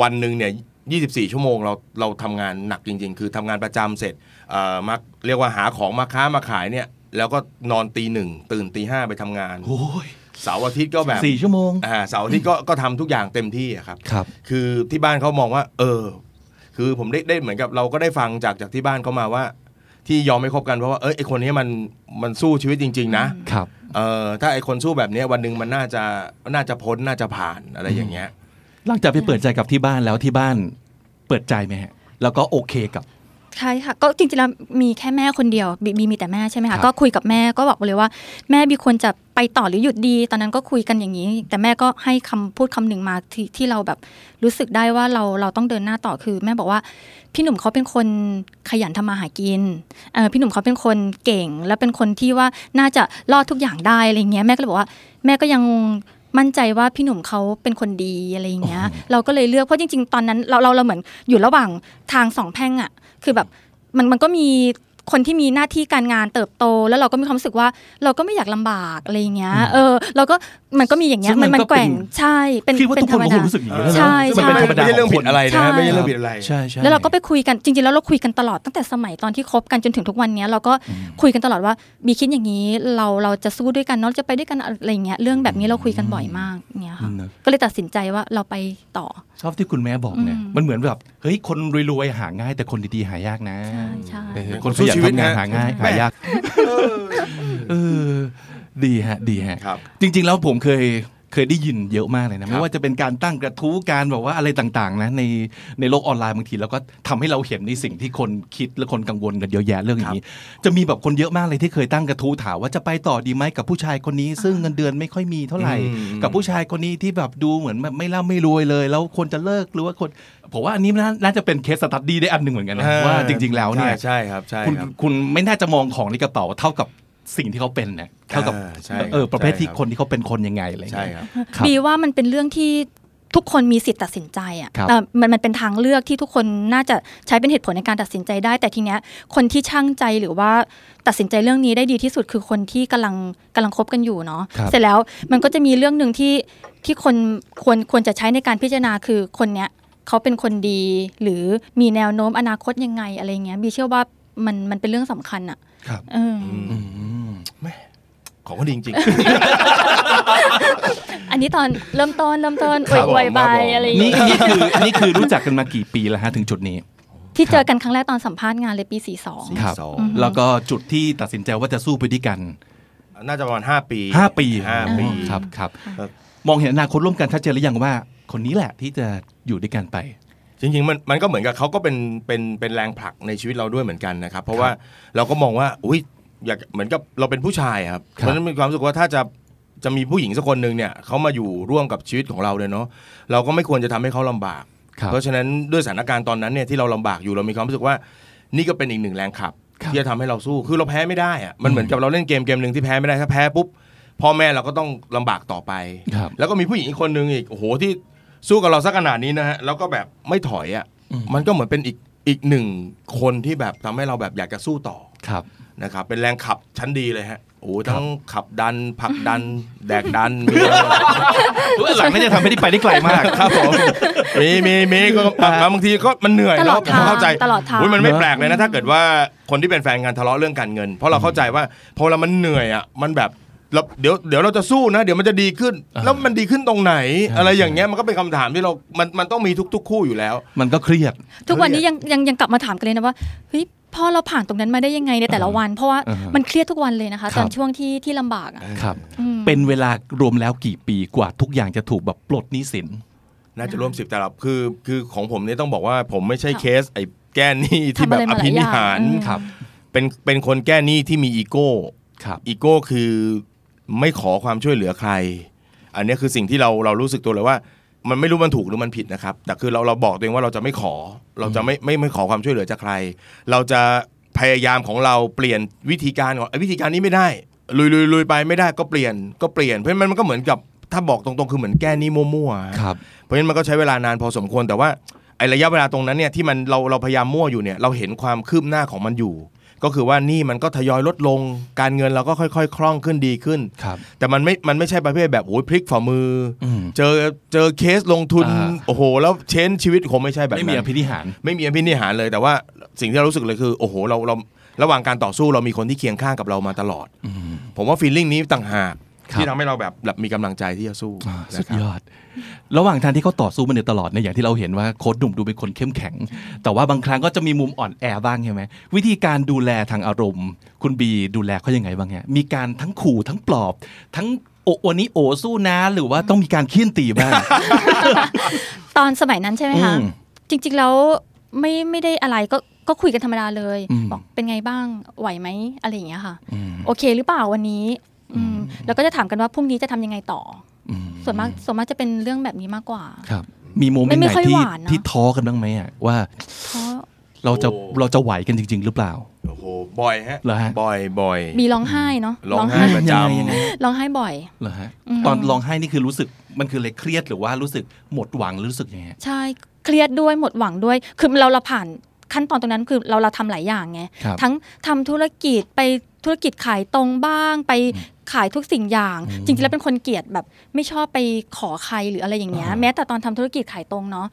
S1: วันหนึ่งเนี่ย 24 ชั่วโมงเราเราทำงานหนักจริง ๆ คือทำงานประจำเสร็จเอ่อมาเรียกว่าหาของมาค้ามาขายเนี่ย แล้วก็นอนตีหนึ่งตื่นตีห้าไปทำงาน
S2: โอ้ย
S1: เสาร์อาทิตย์ก็แบบ
S2: สี่ชั่วโมง
S1: อ่าเสาร์อาทิตย์ก็ก็ทำทุกอย่างเต็มที่อะครับ
S2: ครับ
S1: คือที่บ้านเขามองว่า เออ คือผมได้ได้เหมือนกับเราก็ได้ฟังจากจากที่บ้านเขามาว่า ที่ยอมไม่คบกันเพราะว่าเอยไอคนนี้มันมันสู้ชีวิตจริง ๆ นะ
S2: ครับ
S1: เออถ้าไอคนสู้แบบเนี้ยวันหนึ่งมันน่าจะน่าจะพ้นน่าจะผ่านอะไรอย่างเงี้ย
S2: หลังจากไปเปิดใจกับที่บ้านแล้วที่บ้าน เปิดใจไหมฮะแล้วก็โอเคกับ
S3: ใช่ค่ะก็จริงๆแล้วมีแค่แม่คนเดียวบบีมีแต่แม่ใช่ไหม
S2: ครั
S3: คะ
S2: บ
S3: ก็คุยกับแม่ก็บอกเลยว่า แม่บีควรจะไปต่อหรือหยุดดี ตอนนั้นก็คุยกันอย่างนี้ แต่แม่ก็ให้คำพูดคำหนึ่งมาที่ที่เราแบบรู้สึกได้ว่าเราเราต้องเดินหน้าต่อคือ แม่บอกว่าพี่หนุ่มเขาเป็นคนขยันทำมาหากินเออพี่หนุ่มเขาเป็นคนเก่ง และเป็นคนที่ว่าน่าจะรอดทุกอย่างได้อะไรเงี้ยแม่ก็เลยบอกว่า แม่ก็ยังมั่นใจว่าพี่หนุ่มเขาเป็นคนดีอะไรอย่างเงี้ย เราก็เลยเลือกเพราะจริง ๆ ตอนนั้นเราเราเราเหมือนอยู่ระหว่างทางสองแพร่งอะคือแบบมันมันก็มีคนที่มีหน้าที่การงานเติบโต แล้วเราก็มีความรู้สึกว่าเราก็ไม่อยากลำบากอะไรอย่างเงี้ยเออเราก็มันก็มีอย่างเงี้
S2: ซึ่
S3: ย
S2: งมั
S3: มันนมัน
S2: ก็
S3: แก
S2: เป็น
S3: ว่งใช่เป็น
S2: คิดว่า
S3: เป็
S2: ทุก
S3: น
S2: ค
S3: ธ
S2: น
S3: รร
S2: ก็
S3: ม
S2: ค
S3: ดา
S2: งรู้สึกอย่างนี้แล้ว
S3: ใช่
S2: เนอะซึ่งมันเป็นธรรมดา
S1: ไม่ใช่เรื่อง
S2: ขค
S1: ผิดอะไร
S3: ใช่
S1: นะไม่ใช่เรื่องผิดอะไร
S2: ใช่ใช่
S3: แล้วเราก็ไปคุยกันจริงๆ แล้วเราคุยกันตลอดตั้งแต่สมัยตอนที่คบกันจนถึงทุกวันเนี้ยเราก็คุยกันตลอดว่าบีคิดอย่างนี้เราเราจะสู้ด้วยกันเนาะจะไปด้วยกันอะไรอย่างเงี้ยเรื่องแบบนี้เราคุยกันบ่อยมากเนี้ยค่ะ
S2: อืมนะ
S3: ก็เลยตัดสินใจว่าเราไปต่อ
S2: ชอบที่คุณแม่บอกเนี่ย
S3: อืม
S2: มันเหมือนแบบเฮ้ยคนรวยๆหาง่าย แต่คนดีๆหายากนะ
S3: ใช่ใช่
S2: เออ
S1: เป็น
S2: ค
S1: คน น
S2: ขยัน
S1: สู้ชีวิต
S2: ทำงาน
S1: นะ
S2: หาง่ายหายากเออดีฮะ ดีฮะ
S1: ครับ
S2: จริงๆ แล้วผมเคยเคยได้ยินเยอะมากเลยนะ
S1: ครับ
S2: ไม่ว่าจะเป็นการตั้งกระทู้การแบบว่าอะไรต่างๆนะในในโลกออนไลน์บางทีเราก็ทำให้เราเห็นในสิ่งที่คนคิดและคนกังวลกันเยอะแยะเรื่องอย่างนี้ จะมีแบบคนเยอะมากเลยที่เคยตั้งกระทู้ถามว่าจะไปต่อดีไหมกับผู้ชายคนนี้ ซึ่งเงินเดือนไม่ค่อยมีเท่าไหร่ กับผู้ชายคนนี้ที่แบบดูเหมือนแบบไม่ร่ำไม่รวยเลย แล้วคนจะเลิกหรือว่าคนผมว่าอันนี้น่าน่าจะเป็นเคสสตัดดี้ได้อันหนึ่งเหมือนกันนะว่าจริง ๆแล้วเนี่ย
S1: ใช่ใช่ครับใช่
S2: คุณ
S1: ครับ
S2: คุณไม่น่าจะมองของในกระเป๋าเท่ากับสิ่งที่เขาเป็นเนี่ยเท่ากับ
S1: อ่าใช่ครับ
S2: เออประเภท
S1: ใช่
S2: ที่
S1: ครับ
S2: คนที่เขาเป็นคนยังไงอะไร
S1: ใช่ค
S2: เงี้ย
S1: รับ
S2: ครับ
S3: บีว่ามันเป็นเรื่องที่ทุกคนมีสิทธิ์ตัดสินใจอ่ะ
S2: ครับ
S3: เอ่อมันมันเป็นทางเลือกที่ทุกคนน่าจะใช้เป็นเหตุผลในการตัดสินใจได้ แต่ทีเนี้ยคนที่ช่างใจหรือว่าตัดสินใจเรื่องนี้ได้ดีที่สุดคือคนที่กำลังกำลังคบกันอยู่เนาะ
S2: ครับ
S3: เสร็จแล้วมันก็จะมีเรื่องหนึ่งที่ที่คนควรควรจะใช้ในการพิจารณาคือคนเนี้ยเขาเป็นคนดี หรือมีแนวโน้มอนาคตยังไงอะไรเงี้ยบีเชื่อว่ามันมันเป็นเรื่องสำคัญอ่ะ
S2: ครับ
S3: เอออ
S1: ม
S2: อืม
S1: ของก็ดีจริง
S3: อันนี้ตอนเริ่มต้นเริ่มต้นอ
S1: ครั
S3: วย
S1: บ
S3: อวย
S1: ผม
S3: ใบ
S1: ครับผม
S3: อะไรอย่างเงี้ย
S2: นี่นี่ คือนี่คือรู้จักกันมากี่ปีแล้วฮะถึงจุดนี้
S3: ที่เจอกันครั้งแรกตอนสัมภาษณ์งานเลยปี 42
S1: ๆ
S2: ครับ
S1: สอง
S2: แล้วก็จุดที่ตัดสินใจว่าจะสู้ไปด้วยกัน
S1: น่าจะประมาณห้าปี
S2: ห้าปี
S1: ห้าปี
S2: อ๋อครับครับ
S1: ครับ
S2: มองเห็นอนาคตร่วมกันชัดเจนหรือยังว่า คนนี้แหละที่จะอยู่ด้วยกันไป
S1: จริงๆมันมันก็เหมือนกับเขาก็เป็นเป็นเป็นแรงผลักในชีวิตเราด้วยเหมือนกันนะครับ เพราะว่าเราก็มองว่าอุ้ยอยากเหมือนกับเราเป็นผู้ชายอะครับ
S2: ค
S1: เพ
S2: รับ
S1: ราะฉะนั้นมีความรู้สึกว่าถ้าจะจะมีผู้หญิงสักคนหนึ่งเนี่ยเขามาอยู่ร่วมกับชีวิตของเราเลยเนาะเราก็ไม่ควรจะทำให้เขาลำบาก
S2: ครับ
S1: เพราะฉะนั้นด้วยสถานการณ์ตอนนั้นเนี่ยที่เราลำบากอยู่เรามีความรู้สึกว่า นี่ก็เป็นอีกหนึ่งแรงขับ
S2: ครับ
S1: ที่จะทำให้เราสู้คือเราแพ้ไม่ได้อะมันเหมือนกับเราเล่นเกมเกมหนึ่งที่แพ้ไม่ได้ถ้าแพ้ปุ๊บพ่อแม่เราก็ต้องลำบากต่อไป
S2: ครับ
S1: แล้วก็มีผู้หญิงอีกคนนึงอีกโอ้โหที่สู้กับเราสักขนาดนี้นะฮะแล้วก็แบบไม่ถอยอะ่ะ
S2: อืม
S1: มันก็เหมือนเป็นอีกอีกหนึ่งคนที่แบบทำให้เราแบบอยากจะสู้ต่อ
S2: ครับ
S1: นะครับเป็นแรงขับชั้นดีเลยฮะโอ้โหทั้งขับดันผลักดัน แดก ดันมีอะไร
S2: หลังน่าจะทำให้ได้ไปได้ไกลมาก
S1: ครับผมมีมีมีก็บางบางทีก็มันเหนื่อย
S3: ตลอด
S1: เนะผมเข้าใจ
S3: ทางตลอดทาง
S1: ยมันไม่
S2: เนอะ
S1: แปลกเลยนะ ถ้าเกิดว่าคนที่เป็นแฟนกันทะเลาะเรื่องการเงิน เพราะเราเข้าใจว่าพอเรามันเหนื่อยอ่ะมันแบบเราเดี๋ยวเดี๋ยวเราจะสู้นะ เดี๋ยวมันจะดีขึ้น แล้วมันดีขึ้นตรงไหน อะไรอย่างเงี้ยมันก็เป็นคำถามที่เรา มันมันต้องมีทุก ๆ คู่อยู่แล้ว
S2: มันก็เครียด
S3: ทุกวันนี้ยังยังยังกลับมาถามกันเลยนะว่าเฮ้ยพ่อเราผ่านตรงนั้นมาได้ยังไงในแต่ละวัน เพราะว่า
S2: อ่าฮะ
S3: มันเครียดทุกวันเลยนะคะ
S2: ครับ
S3: ตอนช่วงที่ที่ลำบากอะ
S2: ครับ
S3: อืม
S2: เป็นเวลารวมแล้วกี่ปีกว่าทุกอย่างจะถูกแบบปลดหนี้สิน
S1: น่าจะร่วมสิบแต่ละคือคือของผมเนี่ยต้องบอกว่าผมไม่ใช่
S3: ค่ะ
S1: เคสไอ้แก้หนี้ที่
S3: ทำ
S1: แบ
S3: อะไร
S1: บอ
S3: มาหลาย
S1: ภินิหาร
S3: อย่างอืม
S2: ครับ
S1: เป็นเป็นคนแก้หนี้ที่มีอีโก้
S2: ครับ
S1: อีโก้คือไม่ขอความช่วยเหลือใคร อันเนี้ยคือสิ่งที่เราเรารู้สึกตัวเลยว่า มันไม่รู้มันถูกหรือมันผิดนะครับ แต่คือเราเราบอกตัวเองว่าเราจะไม่ขอ เราจะไม่ไม่ไม่ขอความช่วยเหลือจากใคร เราจะพยายามของเราเปลี่ยนวิธีการของเอ้ยวิธีการนี้ไม่ได้ ลุยลุยลุยไปไม่ได้ก็เปลี่ยนก็เปลี่ยนเพราะฉะนั้นมันก็เหมือนกับถ้าบอกตรงๆคือเหมือนแก้หนี้มั่วๆ
S2: ครับ
S1: เพราะฉะนั้นมันก็ใช้เวลานานพอสมควรแต่ว่า ไอระยะเวลาตรงนั้นเนี่ยที่มันเราเราพยายามมั่วอยู่เนี่ยเราเห็นความคืบหน้าของมันอยู่ ก็คือว่าหนี่มันก็ทยอยลดลง การเงินเราก็ค่อยๆ คล่องขึ้นดีขึ้น
S2: ครับ
S1: แต่มันไม่ มันไม่ใช่ประเภทแบบโอ้ยพลิกฝ่ามืออ
S2: ม
S1: เจอเจอเคสลงทุน
S2: อ่า
S1: โอ้โห แล้วเชนชีวิตคงไม่ใช่แบบ
S2: ไม่มี
S1: นั้
S2: อน ภินิหาร
S1: ไม่มีอภินิหารเลย แต่ว่าสิ่งที่เรารู้สึกเลยคือโอ้โหเราเราระหว่างการต่อสู้เรามีคนที่เคียงข้างกับเรามาตลอด ผมว่าฟีลลิ่งนี้ต่างหาก
S2: ครับ
S1: ที่ทำให้เราแบบแบบมีกำลังใจที่จะสู้
S2: อ่า
S1: นะ
S2: สุด
S1: ครับ
S2: ยอด ระหว่างทางที่เขาต่อสู้มาโดยตลอดเนี่ยอย่างที่เราเห็นว่าโค้ดหนุ่มดูเป็นคนเข้มแข็ง แต่ว่าบางครั้งก็จะมีมุมอ่อนแอบ้างใช่ไหมวิธีการดูแลทางอารมณ์ คุณบีดูแลเขายังไงบ้างเนี่ยมีการทั้งขู่ทั้งปลอบ ทั้งโอวันนี้โอสู้นะหรือว่าต้องมีการเคี่ยนตีบ้าง
S3: ตอนสมัยนั้นใช่ไหมคะ
S2: อืม
S3: จริงๆแล้วไม่ไม่ได้อะไรก็ก็คุยกันธรรมดาเลย
S2: อืม
S3: บอกเป็นไงบ้างไหวไหมอะไรอย่างเงี้ยค่ะ
S2: อืม
S3: โอเคหรือเปล่าวันนี้อืมแล้วก็จะถามกันว่าพรุ่งนี้จะทำยังไงต่อ
S2: อืม
S3: ส่วนมากส่วนมากจะเป็นเรื่องแบบนี้มากกว่า
S2: ครับ มีโมเมนต์
S3: ไม่
S2: ไหน
S3: ค่อย
S2: ที่
S3: หวานนะ
S2: ที่ท้อกันบ้างไหมอะว่า
S3: เพราะ
S2: เราจะ
S1: โอ้
S2: เราจะไหวกันจริง ๆ หรือเปล่า
S1: โอ้โหบ่อยฮะ
S2: เหรอฮะ
S1: บ่อยบ่อย
S3: มีร้องไห้เนาะ
S1: ร้องไห้ประจ
S2: ยังไงยังไง
S1: ำ
S3: ร้องไห้บ่อย
S2: เหรอฮะ
S3: อืม
S2: ตอนร้องไห้นี่คือรู้สึกมันคืออะไรเครียดหรือว่ารู้สึกหมดหวังหรือรู้สึกยังไงฮะ
S3: ใช่เครียดด้วยหมดหวังด้วย คือเราเราผ่านขั้นตอนตรงนั้นคือเราเราทำหลายอย่างไง
S2: ครับ
S3: ทั้งทำธุรกิจไปธุรกิจขายตรงบ้าง ไปขายทุกสิ่งอย่าง จริงๆแล้วเป็นคนเกลียดแบบ ไม่ชอบไปขอใครหรืออะไรอย่างเงี้ยแม้แต่ตอนทำธุรกิจขายตรงเนาะ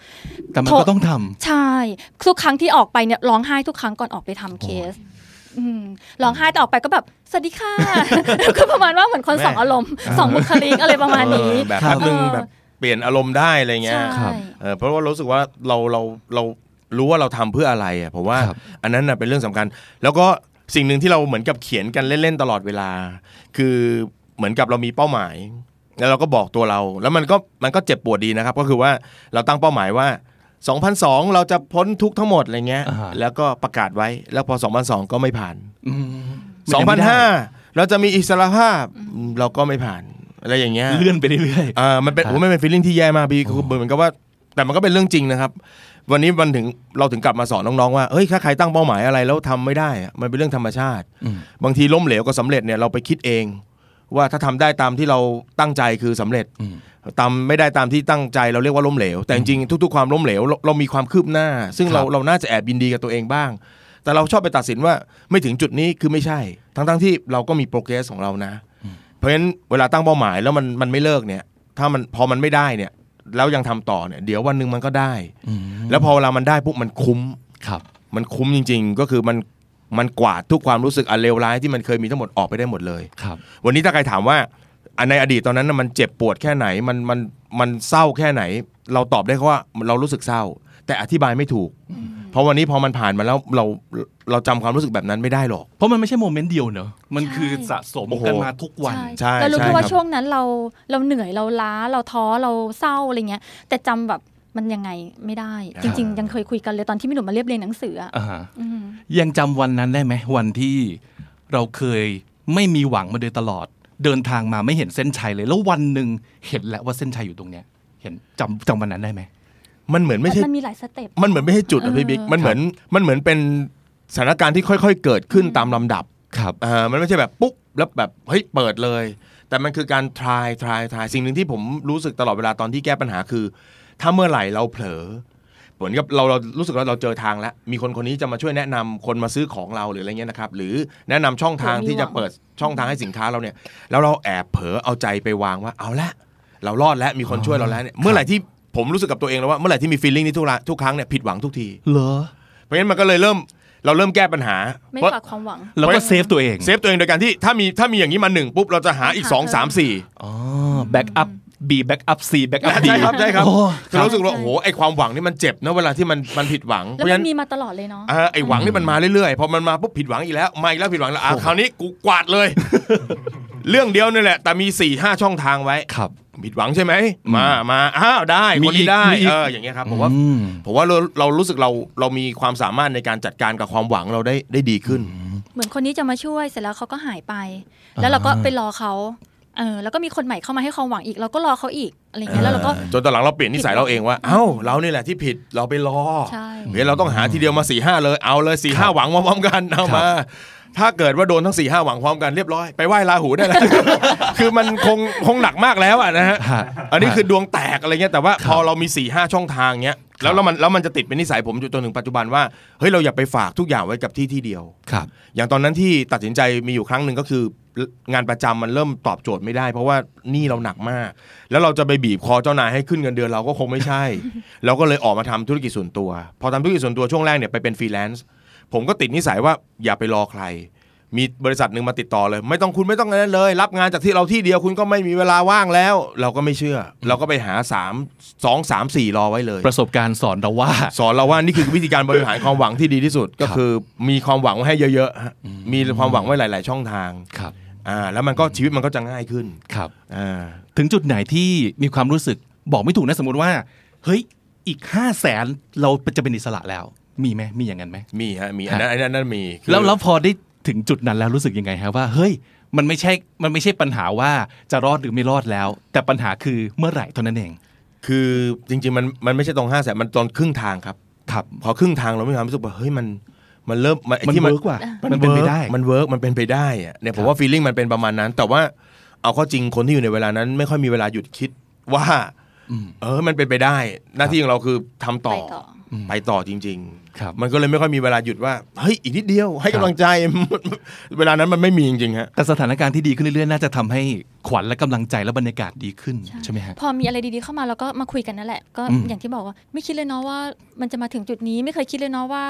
S2: แต่มัน
S3: โทร
S2: ก็ต้องทำ
S3: ใช่ทุกครั้งที่ออกไปเนี่ยร้องไห้ทุกครั้งก่อนออกไปทำเคสอืมร้องไห้แต่ออกไปก็แบบสวัสดีค่ะ คือประมาณว่าเหมือนคนสองอารมณ์สองบุคลิกอะไรประมาณนี้
S1: เออแบบ
S2: ครับ
S1: แป๊บนึง
S3: เออ
S1: แบบเปลี่ยนอารมณ์ได้อะไรเงี้
S3: ใช่
S1: ย เอ่อเพราะว่ารู้สึกว่าเราเราเรารู้ว่าเราทำเพื่ออะไรอ่ะผมว่า
S2: ครับ
S1: อันนั้นน่ะเป็นเรื่องสำคัญ แล้วก็สิ่งหนึ่งที่เราเหมือนกับเขียนกันเล่นๆตลอดเวลา คือเหมือนกับเรามีเป้าหมาย แล้วเราก็บอกตัวเรา แล้วมันก็มันก็เจ็บปวดดีนะครับ ก็คือว่าเราตั้งเป้าหมายว่า 2002 เราจะพ้นทุกข์ทั้งหมดอะไรเงี้ย
S2: อ่าฮะ
S1: แล้วก็ประกาศไว้แล้วพอ 2002 ก็ไม่ผ่าน
S2: อืมมันยังไม่ได้
S1: 2005 เราจะมีอิสรภาพเราก็ไม่ผ่านอะไรอย่างเงี้ย
S2: เลื่อนไปเรื่อย
S1: อ่ามันเป็น
S2: ครับ
S1: โอ้ไม่เป็นฟีลลิ่งที่แย่มากพี่คือเหมือนกับว่า แต่มันก็เป็นเรื่องจริงนะครับ วันนี้มันถึงเราถึงกลับมาสอนน้องๆว่าเฮ้ยถ้าใครตั้งเป้าหมายอะไรแล้วทำไม่ได้อะมันเป็นเรื่องธรรมชาติ
S2: อืม
S1: บางทีล้มเหลวก็สำเร็จเนี่ยเราไปคิดเอง ว่าถ้าทำได้ตามที่เราตั้งใจคือสำเร็จ
S2: ๆอืม
S1: ตามไม่ได้ตามที่ตั้งใจเราเรียกว่าล้มเหลว แต่จริงๆทุก ๆความล้มเหลวเราเรามีความคืบหน้า ซึ่งเรา
S2: ครับ
S1: เราน่าจะแอบยินดีกับตัวเองบ้าง แต่เราชอบไปตัดสินว่าไม่ถึงจุดนี้คือไม่ใช่ ทั้งๆที่เราก็มีโปรเกรสของเรานะ เพราะฉะนั้นเวลาตั้งเป้าหมายแล้วมันมันไม่เลิกเนี่ย ถ้ามันพอมันไม่ได้เนี่ย แล้วยังทำต่อเนี่ย เดี๋ยววันหนึ่งมันก็ได้
S2: อืม
S1: แล้วพอเวลามันได้ปุ๊บมันคุ้ม
S2: ครับ
S1: มันคุ้มจริง ๆ ก็คือมันมันกวาดทุกความรู้สึกอันเลวร้ายที่มันเคยมีทั้งหมดออกไปได้หมดเลย
S2: ครับ
S1: วันนี้ถ้าใครถามว่าอ่ะในอดีตตอนนั้นน่ะมันเจ็บปวดแค่ไหนมันมันมันเศร้าแค่ไหน เราตอบได้แค่ว่าเรารู้สึกเศร้า แต่อธิบายไม่ถูก เพราะวันนี้พอมันผ่านมาแล้วเราเราจำความรู้สึกแบบนั้นไม่ได้หรอก
S2: เพราะมันไม่ใช่โมเมนต์เดียวเนอะมัน
S3: ใช่
S2: คือสะสม
S1: โอ้โห
S2: กันมาทุกวัน
S1: ใช่
S3: เรารู้
S1: ใช่
S3: แค่ว่า
S1: ครับ
S3: ช่วงนั้นเราเราเหนื่อยเราล้าเราท้อเราเศร้าอะไรเงี้ย แต่จำแบบมันยังไงไม่ได้ จริง ๆ ยังเคยคุยกันเลยตอนที่พี่หนุ่มมาเรียบเรียงหนังสืออะ
S2: อ่าฮะ
S3: อืม
S2: ยังจำวันนั้นได้ไหมวันที่เราเคยไม่มีหวังมาโดยตลอด เดินทางมาไม่เห็นเส้นชัยเลย แล้ววันหนึ่งเห็นแล้วว่าเส้นชัยอยู่ตรงเนี้ย เห็นจำจำวันนั้นได้ไหม
S1: มันเหมือนไม่ใช่
S3: มันมีหลายสเต็ป
S1: มันเหมือนไม่ใช่จุดอะพี่บิ๊ก มันเหมือนมันเหมือนเป็นสถานการณ์ที่ค่อยๆ เกิดขึ้นตามลำดับ
S2: ครับ
S1: เออมันไม่ใช่แบบปุ๊บแล้วแบบเฮ้ยเปิดเลย แต่มันคือการ try try try สิ่งหนึ่งที่ผมรู้สึกตลอดเวลาตอนที่แก้ปัญหาคือ ถ้าเมื่อไหร่เราเผลอเหมือนกับเราเรารู้สึกว่าเราเจอทางแล้ว มีคนคนนี้จะมาช่วยแนะนำคนมาซื้อของเราหรืออะไรเงี้ยนะครับ หรือแนะนำช่องทางที่จะเปิดช่องทางให้สินค้าเราเนี่ย แล้วเราแอบเผลอเอาใจไปวางว่าเอาละ เรารอดแล้วมีคนช่วยเราแล้วเนี่ยเมื่อไหร่ที่ผมรู้สึกกับตัวเองแล้วว่าเมื่อไหร่ที่มี feeling นี้ทุกละทุกครั้งเนี่ยผิดหวังทุกที
S2: เหรอ
S1: เพราะงั้นมันก็เลยเริ่มเราเริ่มแก้ปัญหา
S3: ไม่
S1: เพราะ
S3: ฝากความหวัง
S2: แล้วก็เซฟตัวเอง
S1: เซฟตัวเองโดยการที่ถ้ามีถ้ามีอย่างนี้มาหนึ่งปุ๊บ เราจะหาอีก
S3: หา
S1: 2 3
S3: เพิ่ม
S1: 4
S2: อ๋อแบ็กอัพบีแบ็กอัพซีแบ็กอัพดี
S1: ใช่ครับใช่ครับ
S2: โอ้
S1: คือรู้สึกว่าโอ้โหไอความหวังนี่มันเจ็บนะเวลาที่มันมันผิดหวัง เพ
S3: แล้ว
S1: ราะ
S3: มั
S1: งั้
S3: น
S1: น
S3: มีมาตลอดเลยเนาะ
S1: เออไอหวังนี่มันมาเรื่อยๆพอมันมาปุ๊บผิดหวังอีกแล้วมาอีกแล้วผิดหวังแล้วอ่ะคราวนี้กูกวาด เลย เรื่องเดียวนี่แหละ แต่มี4ี่ห้าช่องทางไว้
S2: ครับ
S1: ผิดหวังใช่ไหมมามาอ้าวได้
S2: มี
S1: คน
S2: อี
S1: นี้
S2: ก
S1: ได้
S2: มีอีก
S1: เอออย่างเงี้ยครับผมว่า
S2: อืม
S1: ผมว่าเราเรารู้สึกเราเรามีความสามารถในการจัดการกับความหวังเราได้ได้ดีขึ้น
S3: เหมือนคนนี้จะมาช่วยเสร็จแล้วเขาก็หายไป แล้วเราก็ไปรอเขาเออแล้วก็มีคนใหม่เข้ามาให้ความหวังอีก เราก็รอเขาอีกอะไรเงี้ยแล้วเราก็
S1: จนตอนหลังเราเปลี่ยนนิสัยเราเองว่า เอ้าเรานี่แหละที่ผิดเราไปรอ
S3: ใช่
S1: เฮ้ยเราต้องหาทีเดียวมาสี่ห้าเลยเอาเลยสี่ห้าหวังมาพร้อมกันเอามา ถ้าเกิดว่าโดนทั้ง4ี่ห้าหวังพร้อมกันเรียบร้อยไปไหว้ลาหูได้แล้ว คือมันคงคงหนักมากแล้วอ่ะนะฮะ
S2: ฮะ
S1: อันนี้คือดวงแตกอะไรเงี้ยแต่ว่าพอเรามี4ี่ห้าช่องทางเงี้ยแล้วแล้วมันแล้วมันจะติดเป็นนิสัยผมจนจนถึงปัจจุบันว่าเฮ้ยเราอย่าไปฝากทุกอย่างไว้กับที่ที่เดียว
S2: ครับ
S1: อย่างตอนนั้นที่ตัดสินใจมีอยู่ครั้งหนึ่งก็คืองานประจำมันเริ่มตอบโจทย์ไม่ได้ เพราะว่าหนี้เราหนักมาก แล้วเราจะไปบีบคอเจ้านายให้ขึ้นเงินเดือนเราก็คงไม่ใช่ เราก็เลยออกมาทำธุรกิจส่วนตัว พอทำธุรกิจส่วนตัวช่วงแรกเนี่ยไปเป็นฟรีแลนซ์ผมก็ติดนิสัยว่าอย่าไปรอใคร มีบริษัทหนึ่งมาติดต่อเลย ไม่ต้องคุณไม่ต้องอะไรเลย รับงานจากที่เราที่เดียวคุณก็ไม่มีเวลาว่างแล้ว เราก็ไม่เชื่อ เราก็ไปหาสามสองสามสี่รอไว้เลย
S2: ประสบการณ์สอนเราว่า
S1: สอนเราว่านี่คือวิธีการบริหารความหวังที่ดีที่สุด ก็คือมีความหวังไว้ให้เยอะๆฮะมีความหวังไว้หลาย ๆ ช่องทาง
S2: ครับ
S1: อ่าแล้วมันก็ชีวิตมันก็จะง่ายขึ้น
S2: ครับ
S1: อ่า
S2: ถึงจุดไหนที่มีความรู้สึกบอกไม่ถูกนะสมมติว่า เฮ้ย อีก5้าแสนเราจะเป็นอิสระแล้ว มีไหมมีอย่างนั้นไหม
S1: มีฮะมีอันนั้นอันนั้นอันนั้นมีคือ
S2: แล้วแล้วพอได้ถึงจุดนั้นแล้วรู้สึกยังไงครับว่า เฮ้ย มันไม่ใช่ มันไม่ใช่ปัญหาว่าจะรอดหรือไม่รอดแล้ว แต่ปัญหาคือเมื่อไหร่เท่านั้นเอง
S1: คือจริง ๆ มันมันไม่ใช่ตรงห้าแสนมันตอนครึ่งทางครับ
S2: ครับ
S1: พอครึ่งทางเราไม่มีความรู้สึกว่าเฮ้ยมันมันเริ่มไอ้
S2: มัน
S1: ที่
S2: เวิร์กว่ามันเป็นไปได้
S1: มันเวิร์กมันเป็นไปได้อะเนี่ยผมว่าฟีลลิ่งมันเป็นประมาณนั้น แต่ว่าเอาเข้อจริงคนที่อยู่ในเวลานั้น ไม่ค่อยมีเวลาหยุดคิดว่า
S2: อืม
S1: เออ มันเป็นไปได้ หน้าที่ของเราคือทำต่อ
S3: ไปต่อ
S1: ไปต่อจริง
S2: ครับ
S1: ๆ มันก็เลยไม่ค่อยมีเวลาหยุดว่า เฮ้ย อีกนิดเดียว ให้กำลังใจ เวลานั้นมันไม่มีจริงๆฮะ
S2: แต่สถานการณ์ที่ดีขึ้นเรื่อยๆ น่าจะทำให้ขวัญและกำลังใจและบรรยากาศดีขึ้น ใช่ไหมฮะ
S3: พอมีอะไรดีๆเข้ามาเราก็มาคุยกันนั่นแหละ ก็
S2: อืม
S3: อย่างที่บอกว่าไม่คิดเลยเนาะว่ามันจะมาถึงจุดนี้ไม่เคยคิดเลยเนาะว่า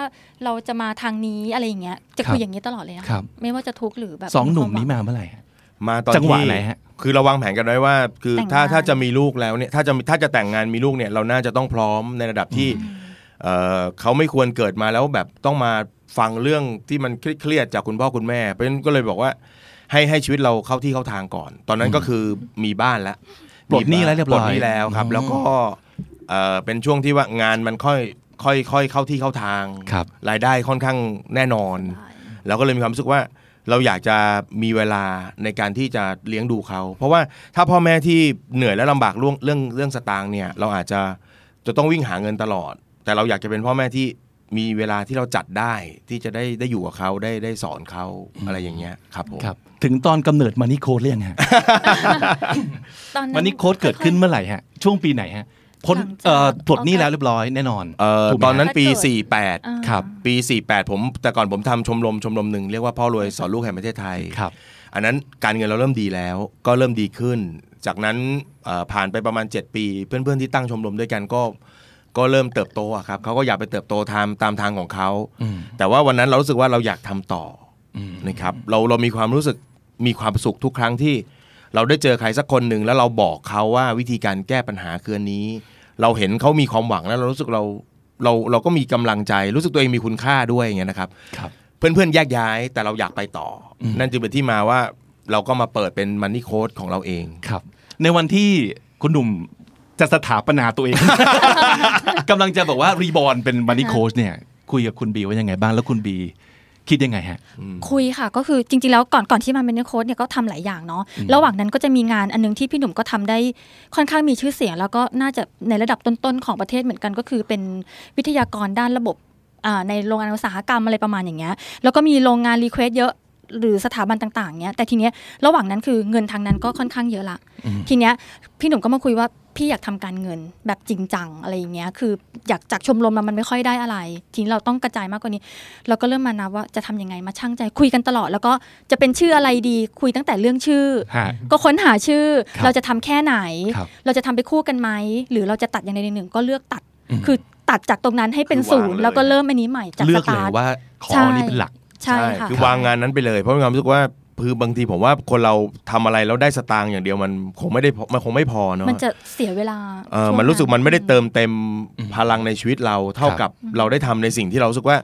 S3: เราจะมาทางนี้อะไรอย่างเงี้ยจะคุยอย่างนี้ตลอดเลยนะครับ ไม่ว่าจะทุกข์หรือแบบ
S2: สองหนุ่มนี้
S3: ควา
S2: มาเมื่อไหร่ฮะ
S1: มาตอน
S2: จังหวะ
S1: ที่
S2: ไหนฮะ
S1: คือเราวางแผนกันไว้ว่า คือ
S3: แต่
S1: ถ้าง
S3: งาน
S1: ถ้าจะมีลูกแล้วเนี่ย ถ้าจะถ้าจะแต่งงานมีลูกเนี่ย เราน่าจะต้องพร้อมในระดับที่เอ่อเขาไม่ควรเกิดมาแล้วแบบต้องมาฟังเรื่องที่มันเครียดๆจากคุณพ่อคุณแม่ เพราะฉะนั้นก็เลยบอกว่า ให้ให้ชีวิตเราเข้าที่เข้าทางก่อน ตอนนั้นก็คือมีบ้านแล้ว
S2: ปลดหนี้แล้วเรียบร้อย
S1: ปลดหนี้แล้วครับ
S2: อืม
S1: แล้วก็เอ่อเป็นช่วงที่ว่างานมันค่อยค่อยค่อยเข้าที่เข้าทาง
S2: ครับ
S1: รายได้ค่อนข้างแน่นอน
S3: มาก
S1: เราก็เลยมีความรู้สึกว่าเราอยากจะมีเวลาในการที่จะเลี้ยงดูเขา เพราะว่าถ้าพ่อแม่ที่เหนื่อยและลำบากเรื่องเรื่องเรื่องสตางค์เนี่ยเราอาจจะจะต้องวิ่งหาเงินตลอด แต่เราอยากจะเป็นพ่อแม่ที่มีเวลาที่เราจัดได้ที่จะได้ได้อยู่กับเขาได้ได้สอนเขาอะไรอย่างเงี้ยครับผม
S2: ครับ ถึงตอนกำเนิดมานิโคดเรียงฮะ
S3: ตอนนั้น
S2: มานิโคดเกิดขึ้นเมื่อไหร่ฮะ ช่วงปีไหนฮะพ้น
S3: หลังจาก
S2: เอ่อปลดหนี้
S3: ออกจาก
S2: แล้วเรียบร้อยแน่นอน
S1: เอ่อ
S2: ถูกไหม
S1: ตอนนั้นปี
S3: ถ้าเกิด อ่า
S1: 48 ปี 48 ผมแต่ก่อนผมทำชมรมชมรมหนึ่งเรียกว่าพ่อรวยสอนลูกแห่งประเทศไทย
S2: ครับ
S1: อันนั้นการเงินเราเริ่มดีแล้วก็เริ่มดีขึ้น จากนั้นเอ่อผ่านไปประมาณ 7 ปี เพื่อนๆที่ตั้งชมรมด้วยกันก็ก็เริ่มเติบโตอะครับเขาก็อยากไปเติบโตตามตามทางของเขา
S2: อืม
S1: แต่ว่าวันนั้นเรารู้สึกว่าเราอยากทำต่อ
S2: อืม
S1: อนะครับเราเรามีความรู้สึกมีความสุขทุกครั้งที่ เราได้เจอใครสักคนหนึ่งแล้วเราบอกเขาว่าวิธีการแก้ปัญหาคืออันนี้ เราเห็นเขามีความหวังแล้วเรารู้สึกเราเราเราก็มีกำลังใจรู้สึกตัวเองมีคุณค่าด้วยอย่างเงี้ยนะครับ
S2: ครับ
S1: เพื่อนๆแยกย้ายแต่เราอยากไปต่ออ
S2: ม
S1: นั่นจึงเป็นที่มาว่าเราก็มาเปิดเป็นมันนี่โค้ดของเราเอง
S2: ครับ ในวันที่คุณหนุ่มจะสถาปนาตัวเอง กำลังจะบอกว่ารีบอร์นเป็นบันนี่โคชเนี่ย คุยกับคุณบีว่ายังไงบ้างแล้วคุณบี คิดยังไงฮะ
S3: คุยค่ะก็คือจริงๆแล้วก่อนก่อนที่มาเป็นโค้ดเนี่ยก็ทำหลายอย่างเนาะระหว่างนั้นก็จะมีงานอันนึงที่พี่หนุ่มก็ทำได้ค่อนข้างมีชื่อเสียง แล้วก็น่าจะในระดับต้นๆของประเทศเหมือนกันก็คือเป็นวิทยากรด้านระบบอ่าในโรงงานอุตสาหกรรมอะไรประมาณอย่างเงี้ยแล้วก็มีโรงงานรีเควสเยอะหรือสถาบันต่างๆเนี้ยแต่ทีเนี้ยระหว่างนั้นคือเงินทางนั้นก็ค่อนข้างเยอะละ
S2: อืม
S3: ทีเนี้ยพี่หนุ่มก็มาคุยว่าพี่อยากทำการเงินแบบจริงจังอะไรอย่างเงี้ยคืออยากจากชมรมมามันไม่ค่อยได้อะไร ทีนี้เราต้องกระจายมากกว่านี้ เราก็เริ่มมานับว่าจะทำยังไงมาช่างใจคุยกันตลอด แล้วก็จะเป็นชื่ออะไรดีคุยตั้งแต่เรื่องชื่อ
S2: ฮะ
S3: ก็ค้นหาชื่อ
S2: ครับ
S3: เราจะทำแค่ไหน
S2: ครับ
S3: เราจะทำไปคู่กันไหมหรือเราจะตัดอย่างใดอย่างหนึ่งก็เลือกตัด
S2: อืม
S3: คือตัดจากตรงนั้นให้เป็น
S1: คือวาง
S3: ศูนย์
S1: เลย
S3: แล้วก็เริ่มอันนี้ใหม่จาก
S2: เลื
S3: ส
S2: อกเล
S3: ตาย ร์ท
S2: ว่าขอ
S3: ใช่
S2: นี้เป็นหลัก
S3: ใช่ค่ะ
S1: คือวางงานนั้นไปเลยเพราะมีความรู้สึกว่าคือบางทีผมว่าคนเราทำอะไรแล้วได้สตางค์อย่างเดียวมันคงไม่ได้พอมันคงไม่พอเนาะ
S3: มันจะเสียเวลา
S1: เออ
S3: ช่วง
S1: มันรู้สึกมันไม่ได้เติมเต็ม
S2: อืม
S1: พลังในชีวิตเราเท่า
S2: ครับ
S1: กับเราได้ทำในสิ่งที่เรารู้สึกว่า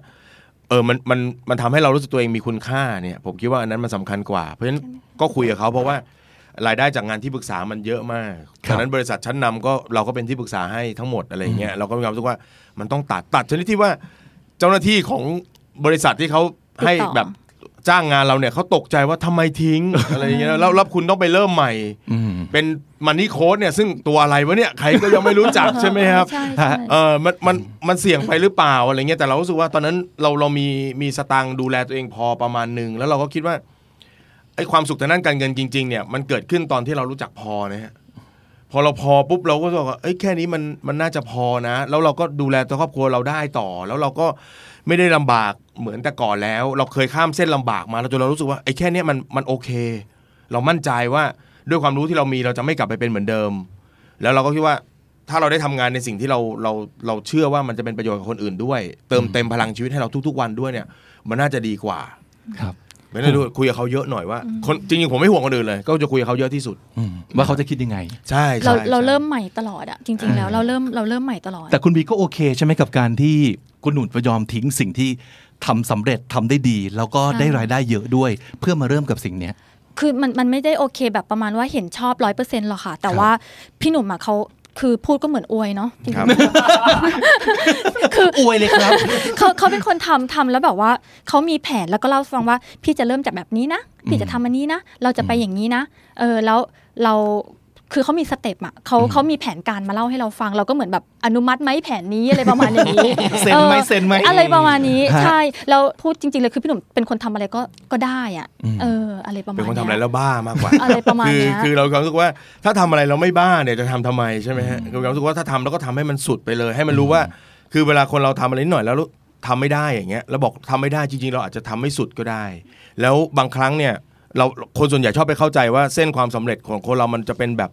S1: เออมันมันมันทำให้เรารู้สึกตัวเองมีคุณค่าเนี่ยผมคิดว่าอันนั้นมันสำคัญกว่า เพราะฉะนั้นก็คุยกับเขาเพราะว่ารายได้จากงานที่ปรึกษามันเยอะมาก
S2: ค
S1: ดั
S2: รับ
S1: งนั้นบริษัทชั้นนำก็เราก็เป็นที่ปรึกษาให้ทั้งหมดอะไรอย่างเงี้ยเราก็มีความรู้สึกว่ามันต้องตัดตัดชนิดที่ว่า เจ้าหน้าที่ของบริษัทที่เขาให้แบบ จ้างงานเราเนี่ยเขาตกใจว่าทำไมทิ้ง อะไรอย่างเงี้ยแล้วแล้วคุณต้องไปเริ่มใหม่
S2: อืม
S1: เป็นมันนี่โค้ดเนี่ยซึ่งตัวอะไรวะเนี่ยใครก็ยังไม่รู้ จักใช่ไหมครับ
S3: ใช่ใช่
S1: เออมันมันมันเสี่ยงไปหรือเปล่าอะไรเงี้ยแต่เรารู้สึกว่าตอนนั้นเราเรามีมีสตางค์ดูแลตัวเองพอประมาณหนึ่งแล้วเราก็คิดว่าไอ้ความสุขทางด้านการเงินจริง ๆ เนี่ยมันเกิดขึ้นตอนที่เรารู้จักพอนะฮะพอเราพอปุ๊บเราก็บอกว่าเอ้ยแค่นี้มันมันน่าจะพอนะ แล้วเราก็ดูแลตัวครอบครัวเราได้ต่อ แล้วเราก็ไม่ได้ลำบากเหมือนแต่ก่อนแล้ว เราเคยข้ามเส้นลำบากมาแล้วจนเรารู้สึกว่าไอ้แค่เนี้ยมันมันโอเค เรามั่นใจว่าด้วยความรู้ที่เรามีเราจะไม่กลับไปเป็นเหมือนเดิม แล้วเราก็คิดว่า ถ้าเราได้ทำงานในสิ่งที่เราเราเราเชื่อว่ามันจะเป็นประโยชน์กับคนอื่นด้วย เติมเต็มพลังชีวิตให้เราทุก ๆ วันด้วยเนี่ย มันน่าจะดีกว่า
S2: ครับ
S1: ไม่ได้ดูคุยกับเขาเยอะหน่อยว่าคนจริงๆผมไม่ห่วงคนอื่นเลย ก็จะคุยกับเขาเยอะที่สุด
S2: อืมว่าเขาจะคิดยังไง
S1: ใช่
S3: เรา
S1: ใช่
S3: เรา
S1: ใช่
S3: เริ่มใหม่ตลอดอะจริง ๆ แล้วเราเริ่มเราเริ่มใหม่ตลอด
S2: แต่คุณบีก็โอเคใช่ไหมกับการที่คุณหนุ่มยอมทิ้งสิ่งที่ทำสำเร็จทำได้ดี แล้วก็
S3: ใช่
S2: ได้รายได้เยอะด้วย เพื่อมาเริ่มกับสิ่งเนี้ย
S3: คือมันมันไม่ได้โอเคแบบประมาณว่าเห็นชอบร้อยเปอร์เซ็นต์หรอกค่ะ แต่
S2: ครับ
S3: ว่าพี่หนุ่มอะเขาคือพูดก็เหมือนอวยเนาะจริงๆ
S1: ครับ
S3: คือ
S2: อวยเลยครับ
S3: เขาเขาเป็นคนทำทำแล้วแบบว่าเขามีแผนแล้วก็เล่าให้ฟังว่าพี่จะเริ่มจากแบบนี้นะพี่จะทำอันนี้นะเราจะไปอย่างนี้นะเออแล้วเราคือเขามีสเต็ปอ่ะเขาเขามีแผนการมาเล่าให้เราฟัง เราก็เหมือนแบบอนุมัติไหมแผนนี้อะไรประมาณอย่างนี้
S2: เซ็นไหมเซ็นไหม
S3: อะไรประมาณนี้
S2: ฮะ
S3: ใช่แล้วพูดจริงๆเลยคือพี่หนุ่มเป็นคนทำอะไรก็ก็ได้อ่ะ
S2: อืม
S3: เออ อะไรประมาณ
S1: เป็นคนทำ
S3: ย
S1: อะไรแล้วบ้ามากกว่า
S3: อะไรประมาณ
S1: คือ
S3: เนี้ย
S1: คือเราความรู้สึกว่าถ้าทำอะไรเราไม่บ้าเนี่ยจะทำทำไมใช่ไหมฮะเราความรู้สึกว่าถ้าทำเราก็ทำให้มันสุดไปเลย ให้มันรู้ว่า คือเวลาคนเราทำอะไรนิดหน่อยแล้วทำไม่ได้อย่างเงี้ยแล้วบอกทำไม่ได้จริง ๆ เราอาจจะทำไม่สุดก็ได้ แล้วบางครั้งเนี่ยเราคนส่วนใหญ่ชอบไปเข้าใจว่าเส้นความสำเร็จของคนเรามันจะเป็นแบบ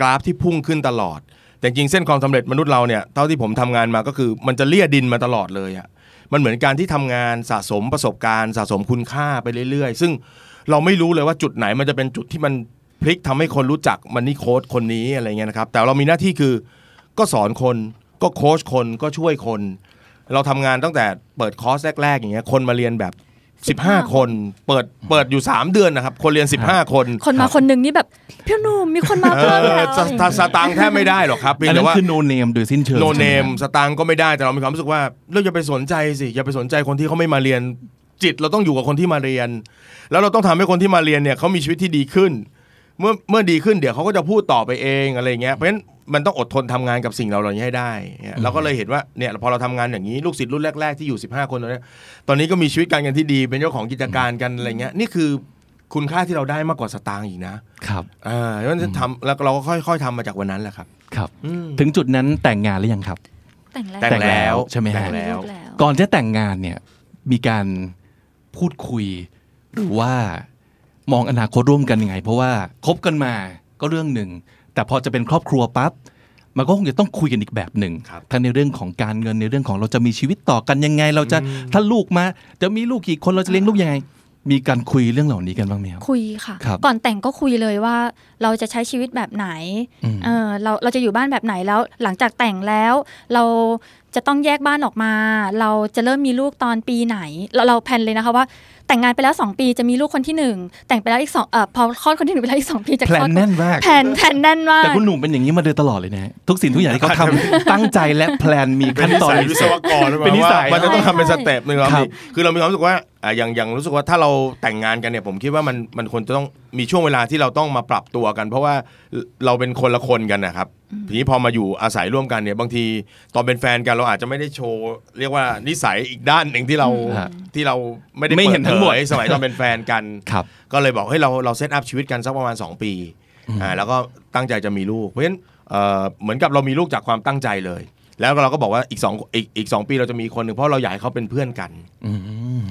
S1: กราฟที่พุ่งขึ้นตลอด แต่จริงๆเส้นความสำเร็จมนุษย์เราเนี่ยเท่าที่ผมทำงานมาก็คือมันจะเลี่ยดินมาตลอดเลยอะมันเหมือนการที่ทำงานสะสมประสบการณ์ สะสมคุณค่าไปเรื่อย ๆ ซึ่ง เราไม่รู้เลยว่าจุดไหนมันจะเป็นจุดที่มันพลิกทำให้คนรู้จักมันนี่โค้ดคนนี้อะไรเงี้ยนะครับ แต่เรามีหน้าที่คือก็สอนคนก็โค้ชคนก็ช่วยคน เราทำงานตั้งแต่เปิดคอร์สแรก ๆ อย่างเงี้ยคนมาเรียนแบบ 15 คน เปิดเปิดอยู่ 3 เดือนนะครับ คนเรียน 15 คน
S3: คนมาคนหนึงนี่แบบพี่หนุ่มมีคนมา
S1: เอ
S3: เพิ่ม
S1: อ
S3: แล้ว
S1: สตสตางค์แทบไม่ได้หรอกครับเพียง
S2: อันนั้
S1: แต่
S2: น
S1: ว่า
S2: คือโนเนมโดยสิ้นเชิง
S1: โนเน
S2: ใช่ไห
S1: ม
S2: ครับ
S1: สตางค์ก็ไม่ได้แต่เรามีความรู้สึกว่าเราอย่าไปสนใจสิอย่าไปสนใจคนที่เขาไม่มาเรียน จิตเราต้องอยู่กับคนที่มาเรียน แล้วเราต้องทำให้คนที่มาเรียนเนี่ยเขามีชีวิตที่ดีขึ้น เมื่อเมื่อดีขึ้นเดี๋ยวเขาก็จะพูดต่อไปเองอะไรอย่างเงี้ยเพราะฉะนั้นมันต้องอดทนทำงานกับสิ่งเราเหล่านี้ให้ได้เนี่ยเราก็เลยเห็นว่าเนี่ยพอเราทำงานอย่างนี้ลูกศิษย์รุ่นแรกๆที่อยู่ 15 คนตอนนี้ยตอนนี้ก็มีชีวิตการเงินที่ดีเป็นเจ้าของกิจการกันอะไรเงี้ยนี่คือคุณค่าที่เราได้มากกว่าสตางค์อีกนะครับ อ่าแล้วทำแล้วเราก็ค่อย ๆทำมาจากวันนั้นแหละครับ
S2: ครับ ถึงจุดนั้นแต่งงานหรือยังครับ
S3: แต่งแล้ว
S1: แต่งแล้ว
S2: ใช่ไหมฮะ
S1: แต่งแล้ว
S3: รูปแล้ว
S2: ก่อนจะแต่งงานเนี่ยมีการพูดคุย หรือว่ามองอนาคตร่วมกันยังไง เพราะว่าคบกันมาก็เรื่องหนึ่ง แต่พอจะเป็นครอบครัวปั๊บมันก็คงจะต้องคุยกันอีกแบบหนึ่ง
S1: ครับ
S2: ทั้งในเรื่องของการเงินในเรื่องของเราจะมีชีวิตต่อกันยังไง เราจะถ้าลูกมา จะมีลูกกี่คนเราจะเลี้ยงลูกยังไง มีการคุยเรื่องเหล่านี้กันบ้างไหมครับ
S3: คุยค่ะ
S2: ครับ
S3: ก่อนแต่งก็คุยเลยว่าเราจะใช้ชีวิตแบบไหน
S2: อืม
S3: เออเราเราจะอยู่บ้านแบบไหนแล้ว หลังจากแต่งแล้ว เราจะต้องแยกบ้านออกมา เราจะเริ่มมีลูกตอนปีไหน เราเราแพลนเลยนะคะว่า แต่งงานไปแล้ว 2 ปีจะมีลูกคนที่ 1 แต่งไปแล้วอีกสองเอ่อพอคลอดคนที่หนึ่งไปแล้วอีกสองปีจะค
S2: แพล
S3: ลอด
S2: นแน่นมาก
S3: แผนแผนแน่นมาก
S2: แต่คุณหนุ่มเป็นอย่างนี้มาโดยตลอดเลยนะฮะทุกสิ่งทุกอย่างที่เขาทำตั้งใจและแพลนมีขั้นตอน
S1: เป็วิศวกรหรือเปล่า
S2: เป็นนิสัย
S1: ว่ามันจะต้องทำเป็นสเต็ปหนึ่งครับ
S2: ครับ
S1: คือเรามีความรู้สึกว่าอ่ะอย่างอย่างรู้สึกว่าถ้าเราแต่งงานกันเนี่ยผมคิดว่ามันมันควรจะต้องมีช่วงเวลาที่เราต้องมาปรับตัวกัน เพราะว่าเราเป็นคนละคนกันนะครับทีนี้พอมาอยู่อาศัยร่วมกันเนี่ยบางทีตอนเป็นแฟนกันเราอาจจะไม่ได้โชว์ เรียกว่านิสัยอีกด้านหนึ่งที่เรา
S2: ฮะ
S1: ที่เราไม่ได้
S2: ไม่เห็นทั้งหม
S1: ปิ
S2: ด
S1: เผยสมัยตอนเป็นแฟนกัน
S2: ครับ
S1: ก็เลยบอกให้ยเราเราเซตอัพชีวิตกันสักประมาณ 2 ปีอ่าแล้วก็ตั้งใจจะมีลูก เพราะฉะนั้นเอ่อเหมือนกับเรามีลูกจากความตั้งใจเลย แล้วเราก็บอกว่าอีกสองอีกอีกสองปีเราจะมีคนหนึ่งเพราะเราอยากให้เขาเป็นเพื่อนกัน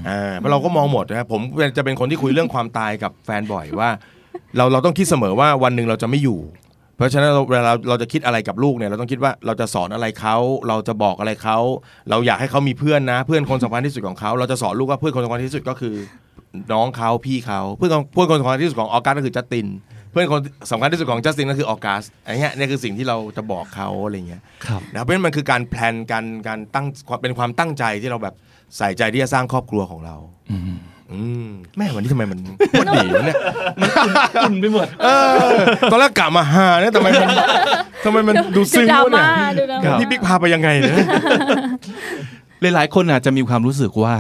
S1: อ่าเพราะเราก็มองหมดนะผมจะเป็นคนที่คุยเรื่องความตายกับแฟนบ่อยว่า เราเราต้องคิดเสมอว่าวันหนึ่งเราจะไม่อยู่ เพราะฉะนั้นเราเวลาเราเราจะคิดอะไรกับลูกเนี่ยเราต้องคิดว่าเราจะสอนอะไรเขาเราจะบอกอะไรเขาเราอยากให้เขามีเพื่อนนะ เพื่อนคนสำคัญที่สุดของเขาเราจะสอนลูกว่าเพื่อนคนสำคัญที่สุดก็คือ น้องเขาพี่เขาเพื่อนของเพื่อนคนสำคัญที่สุดของออกัสก็คือจัสติน เพื่อนคนสำคัญที่สุดของจัสตินก็คือออกัสอันเนี้ยเนี่ยคือสิ่งที่เราจะบอกเขาอะไรเงี้ย
S2: ครับ
S1: นะเพราะฉะนั้นมันคือการแพลนการการตั้งความเป็นความตั้งใจที่เราแบบใส่ใจที่จะสร้างครอบครัวของเรา อืมแม่วันนี้ทำไมมันโคตรดีวะเนี่ย
S2: อุ่นไปหมด
S1: เออตอนแรกกะมาหาเนี่ยทำไมมันทำไมมัน ดู
S3: ดู
S1: ซึ้ง
S3: ดราว
S1: วะเนี่
S3: มาย ดูดรา
S2: ครั
S3: ม่า
S2: บ
S1: พี่บิ๊กพาไปยังไงเนี่ย
S2: หลายๆคนอาจจะมีความรู้สึกว่า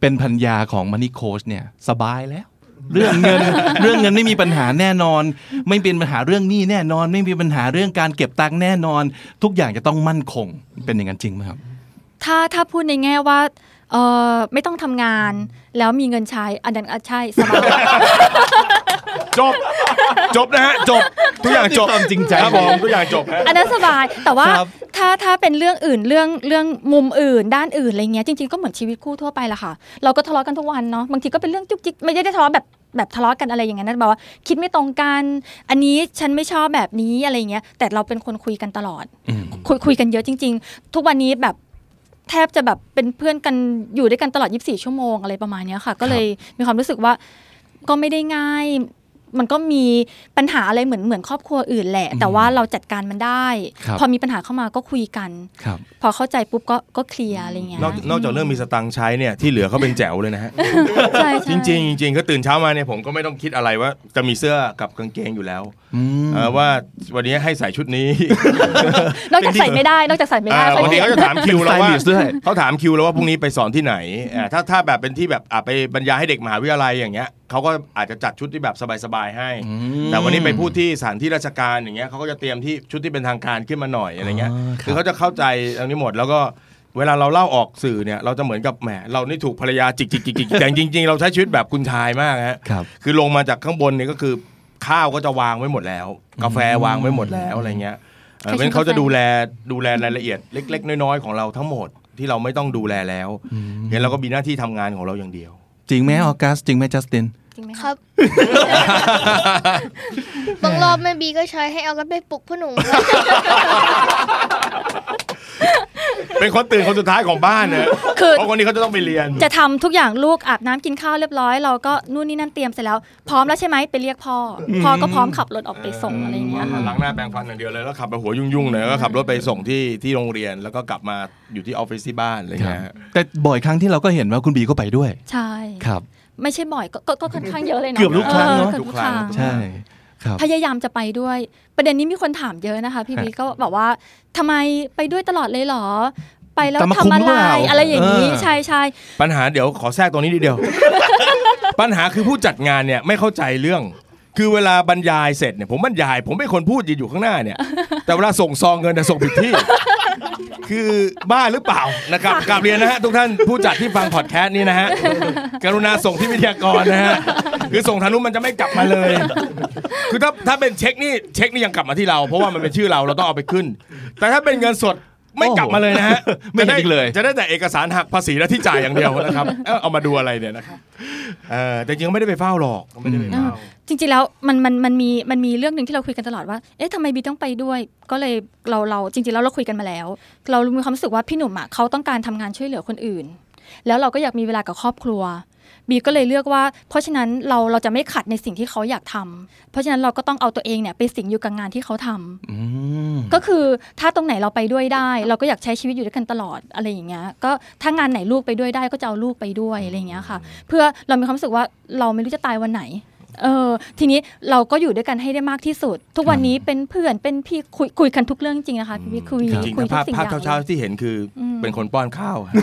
S2: เป็นพันยาของมันนี่โคชเนี่ยสบายแล้ว เรื่องเงิน เรื่องเงินไม่มีปัญหาแน่นอน ไม่เป็นปัญหาเรื่องหนี้แน่นอน ไม่มีปัญหาเรื่องการเก็บตังค์แน่นอน ทุกอย่างจะต้องมั่นคง เป็นอย่างนั้นจริงไหมครับ
S3: ถ้าถ้าพูดในแง่ว่าเออไม่ต้องทำงานแล้วมีเงินใช้อันนั้นอ่ะใช่สบาย
S1: จบ จบนะฮะ จบ ทุกอย่างจบ
S2: ความจริงใจ
S1: ครับผมทุกอย่างจบฮะ
S3: อันนั้นสบายแต่ว่า
S2: ครับ
S3: ถ้าถ้าเป็นเรื่องอื่นเรื่องเรื่องมุมอื่น ด้านอื่นอะไรเงี้ยจริงๆก็เหมือนชีวิตคู่ทั่วไปละค่ะ เราก็ทะเลาะกันทุกวันเนาะบางทีก็เป็นเรื่องจุกจิกไม่ได้ทะเลาะแบบแบบทะเลาะกันอะไรอย่างเงี้ยนะแบบว่าคิดไม่ตรงกัน อันนี้ฉันไม่ชอบแบบนี้อะไรเงี้ยแต่เราเป็นคนคุยกันตลอด
S2: อืม
S3: คุยคุยกันเยอะจริง ๆ ทุกวันนี้แบบแทบจะแบบเป็นเพื่อนกันอยู่ด้วยกันตลอด 24 ชั่วโมงอะไรประมาณเนี้ยค่ะ ก็เลยมีความรู้สึกว่าก็ไม่ได้ง่าย มันก็มีปัญหาอะไรเหมือนเหมือนครอบครัวอื่นแหละ แต่ว่าเราจัดการมันได้
S2: ครับ
S3: พอมีปัญหาเข้ามาก็คุยกัน
S2: ครับ
S3: พอเข้าใจปุ๊บก็ก็เคลียร์อะไรเงี้ย
S1: นอกนอกจากเรื่องมีสตังค์ใช้เนี่ยที่เหลือเขาเป็นแจ๋วเลยนะฮะ
S3: ใช่ใช่
S1: จริงๆจริงๆก็ตื่นเช้ามาเนี่ยผมก็ไม่ต้องคิดอะไรว่าจะมีเสื้อกับกางเกงอยู่แล้วเออว่าวันนี้ให้ใส่ชุดนี้
S3: นอกจากใส่ไม่ได้นอกจากใส่ไม่ได้
S1: อ่า
S3: ค่อย
S1: วันนี้เขาจะถามคิว
S2: เป็น
S1: แล้วว่า
S2: stylist ด้วย
S1: เขาถามคิวแล้วว่าพรุ่งนี้ไปสอนที่ไหนอ่าถ้าถ้าแบบเป็นที่แบบอ่ะไปบรรยายให้เด็กมหาวิทยาลัยอย่างเงี้ยเขาก็อาจจะจัดชุดที่แบบสบายๆให้ แต่วันนี้ไปพูดที่สถานที่ราชการอย่างเงี้ยเขาก็จะเตรียมที่ชุดที่เป็นทางการขึ้นมาหน่อยอะไรเงี้ย
S2: อ่าครับ
S1: คือเขาจะเข้าใจอันนี้หมดแล้วก็เวลาเราเล่าออกสื่อเนี่ยเราจะเหมือนกับแหมเรานี่ถูกภรรยาจิกจิกจิกจิกแต่จริงๆ เราใช้ชีวิตแบบคุณชายมากฮะ
S2: ครับ
S1: คือลงมาจากข้างบนเนี่ยก็คือข้าวก็จะวางไว้หมดแล้ว กาแฟวางไว้หมดแล้วอะไรเงี้ยเออเพราะฉะนั้นเขาจะดูแลดูแลรายละเอียดเล็ก ๆ น้อยๆของเราทั้งหมดที่เราไม่ต้องดูแลแล้วงั้นเราก็มีหน้าที่ทำงานของเราอย่างเดียว
S2: จริงไหมออกัสจริงไหมจัสติน
S3: จริงไหมะ
S4: ครับ บางรอบแม่บีก็ใช้ให้เอากันไปปลุกพ่อหนุ่มครับ
S1: เป็นคนตื่นคนสุดท้ายของบ้าน เนี่ย
S3: คือ
S1: เพราะคนนี้เขาจะต้องไปเรียน
S3: จะทำทุกอย่างลูกอาบน้ำกินข้าวเรียบร้อย เราก็นู่นนี่นั่นเตรียมเสร็จแล้ว พร้อมแล้วใช่ไหมไปเรียกพ่ออพ่อก็พร้อมขับรถออกไปส่งอะไรอย่างเงี้ยค่ะ
S1: ล้างหน้าแปรงฟันอย่างเดียวเลยแล้วขับไปหัวยุ่งๆเลยแล้วก็ขับรถไปส่งที่ที่โรงเรียน แล้วก็กลับมาอยู่ที่ออฟฟิศที่บ้านอะไรอย่างเลยฮะ
S2: แต่บ่อยครั้งที่เราก็เห็นว่าคุณบีก็ไปด้วย
S3: ใช่
S2: ครับ
S3: ไม่ใช่บ่อยก็ก็ก็ค่อนข้างเยอะเลยนะ
S2: เกือบทุกครั้งเนอะ
S3: ออกือบทุกครั้ง
S2: ใช่ครับ
S3: พยายามจะไปด้วย ประเด็นนี้มีคนถามเยอะนะคะ พี่บีก็บอกว่าทำไมไปด้วยตลอดเลยเหรอ ไปแล้ว
S2: แต่มา
S3: ทำ
S2: คุ้ม
S3: อะ
S2: หรือเป
S3: ไร
S2: ล่า
S3: อะไรอย่างนี้
S2: เออ
S3: ใช่ใช่
S1: ปัญหาเดี๋ยวขอแทรกตรงนี้นิดเดียว ปัญหาคือผู้จัดงานเนี่ยไม่เข้าใจเรื่อง คือเวลาบรรยายเสร็จเนี่ยผมบรรยาย ผมเป็นคนพูดยืนอยู่ข้างหน้าเนี่ย แต่เวลาส่งซองเงินแต่ยส่งผิดที่ คือบ้าหรือเปล่านะครับกราบเรียนนะฮะทุกท่านผู้จัดที่ฟังพอดแคสต์นี้นะฮะกรุณาส่งที่วิทยากรนะฮะคือส่งทางนู้นมันจะไม่กลับมาเลย คือถ้าถ้าเป็นเช็คนี่เช็คนี่ยังกลับมาที่เรา เพราะว่ามันเป็นชื่อเราเราต้องเอาไปขึ้น แต่ถ้าเป็นเงินสดไม่กลับมาเลยนะฮะ
S2: ไม่เห็นอีกเลย
S1: จะได้จะได้แต่เอกสารหักภาษีและที่จ่ายอย่างเดียว นะครับเอ้าเอามาดูอะไรเนี่ยนะครับเออแต่จริงๆไม่ได้ไปเฝ้าหรอกไม่ได้ไปเฝ้า
S3: จริงๆแล้วมันมันมันมีมันมีเรื่องหนึ่งที่เราคุยกันตลอดว่าเอ๊ะทำไมบีต้องไปด้วย ก็เลยเราเราจริงๆแล้วเราคุยกันมาแล้ว เรามีความรู้สึกว่าพี่หนุ่มอะเขาต้องการทำงานช่วยเหลือคนอื่น แล้วเราก็อยากมีเวลากับครอบครัว บีก็เลยเลือกว่า เพราะฉะนั้นเราเราจะไม่ขัดในสิ่งที่เขาอยากทำเพราะฉะนั้นเราก็ต้องเอาตัวเองเนี่ยไปสิงอยู่กับงานที่เขาทำ
S2: อืม
S3: ก็คือถ้าตรงไหนเราไปด้วยได้ เราก็อยากใช้ชีวิตอยู่ด้วยกันตลอดอะไรอย่างเงี้ยก็ถ้างานไหนลูกไปด้วยได้ก็จะเอาลูกไปด้วยอะไรอย่างเงี้ยค่ะ เพื่อเรามีความรู้สึกว่าเราไม่รู้จะตายวันไหน เออทีนี้เราก็อยู่ด้วยกันให้ได้มากที่สุด ทุกวันนี้เป็นเพื่อนเป็นพี่คุยคุยกันทุกเรื่องจริงๆนะคะพี่วิคุย
S1: จริงๆ
S3: คุย
S1: ถ้าภาพ
S3: ทุกสิ่ง
S1: ภาพ
S3: อย่าง
S1: เช้าๆที่เห็นคืออเป็นคนป้อนข้าวฮะ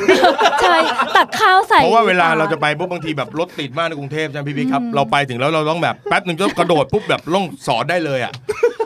S3: ใช่ตักข้าวใส่
S1: เพราะว่าเวลาเราจะไปปุ๊บบางทีแบบรถติดมากในกรุงเทพใช่ไหมพี่พี่ครับ เราไปถึงแล้วเราต้องแบบแป๊บหนึ่งต้องกระโดดปุ๊บแบบล่องสอนได้เลยอ่ะ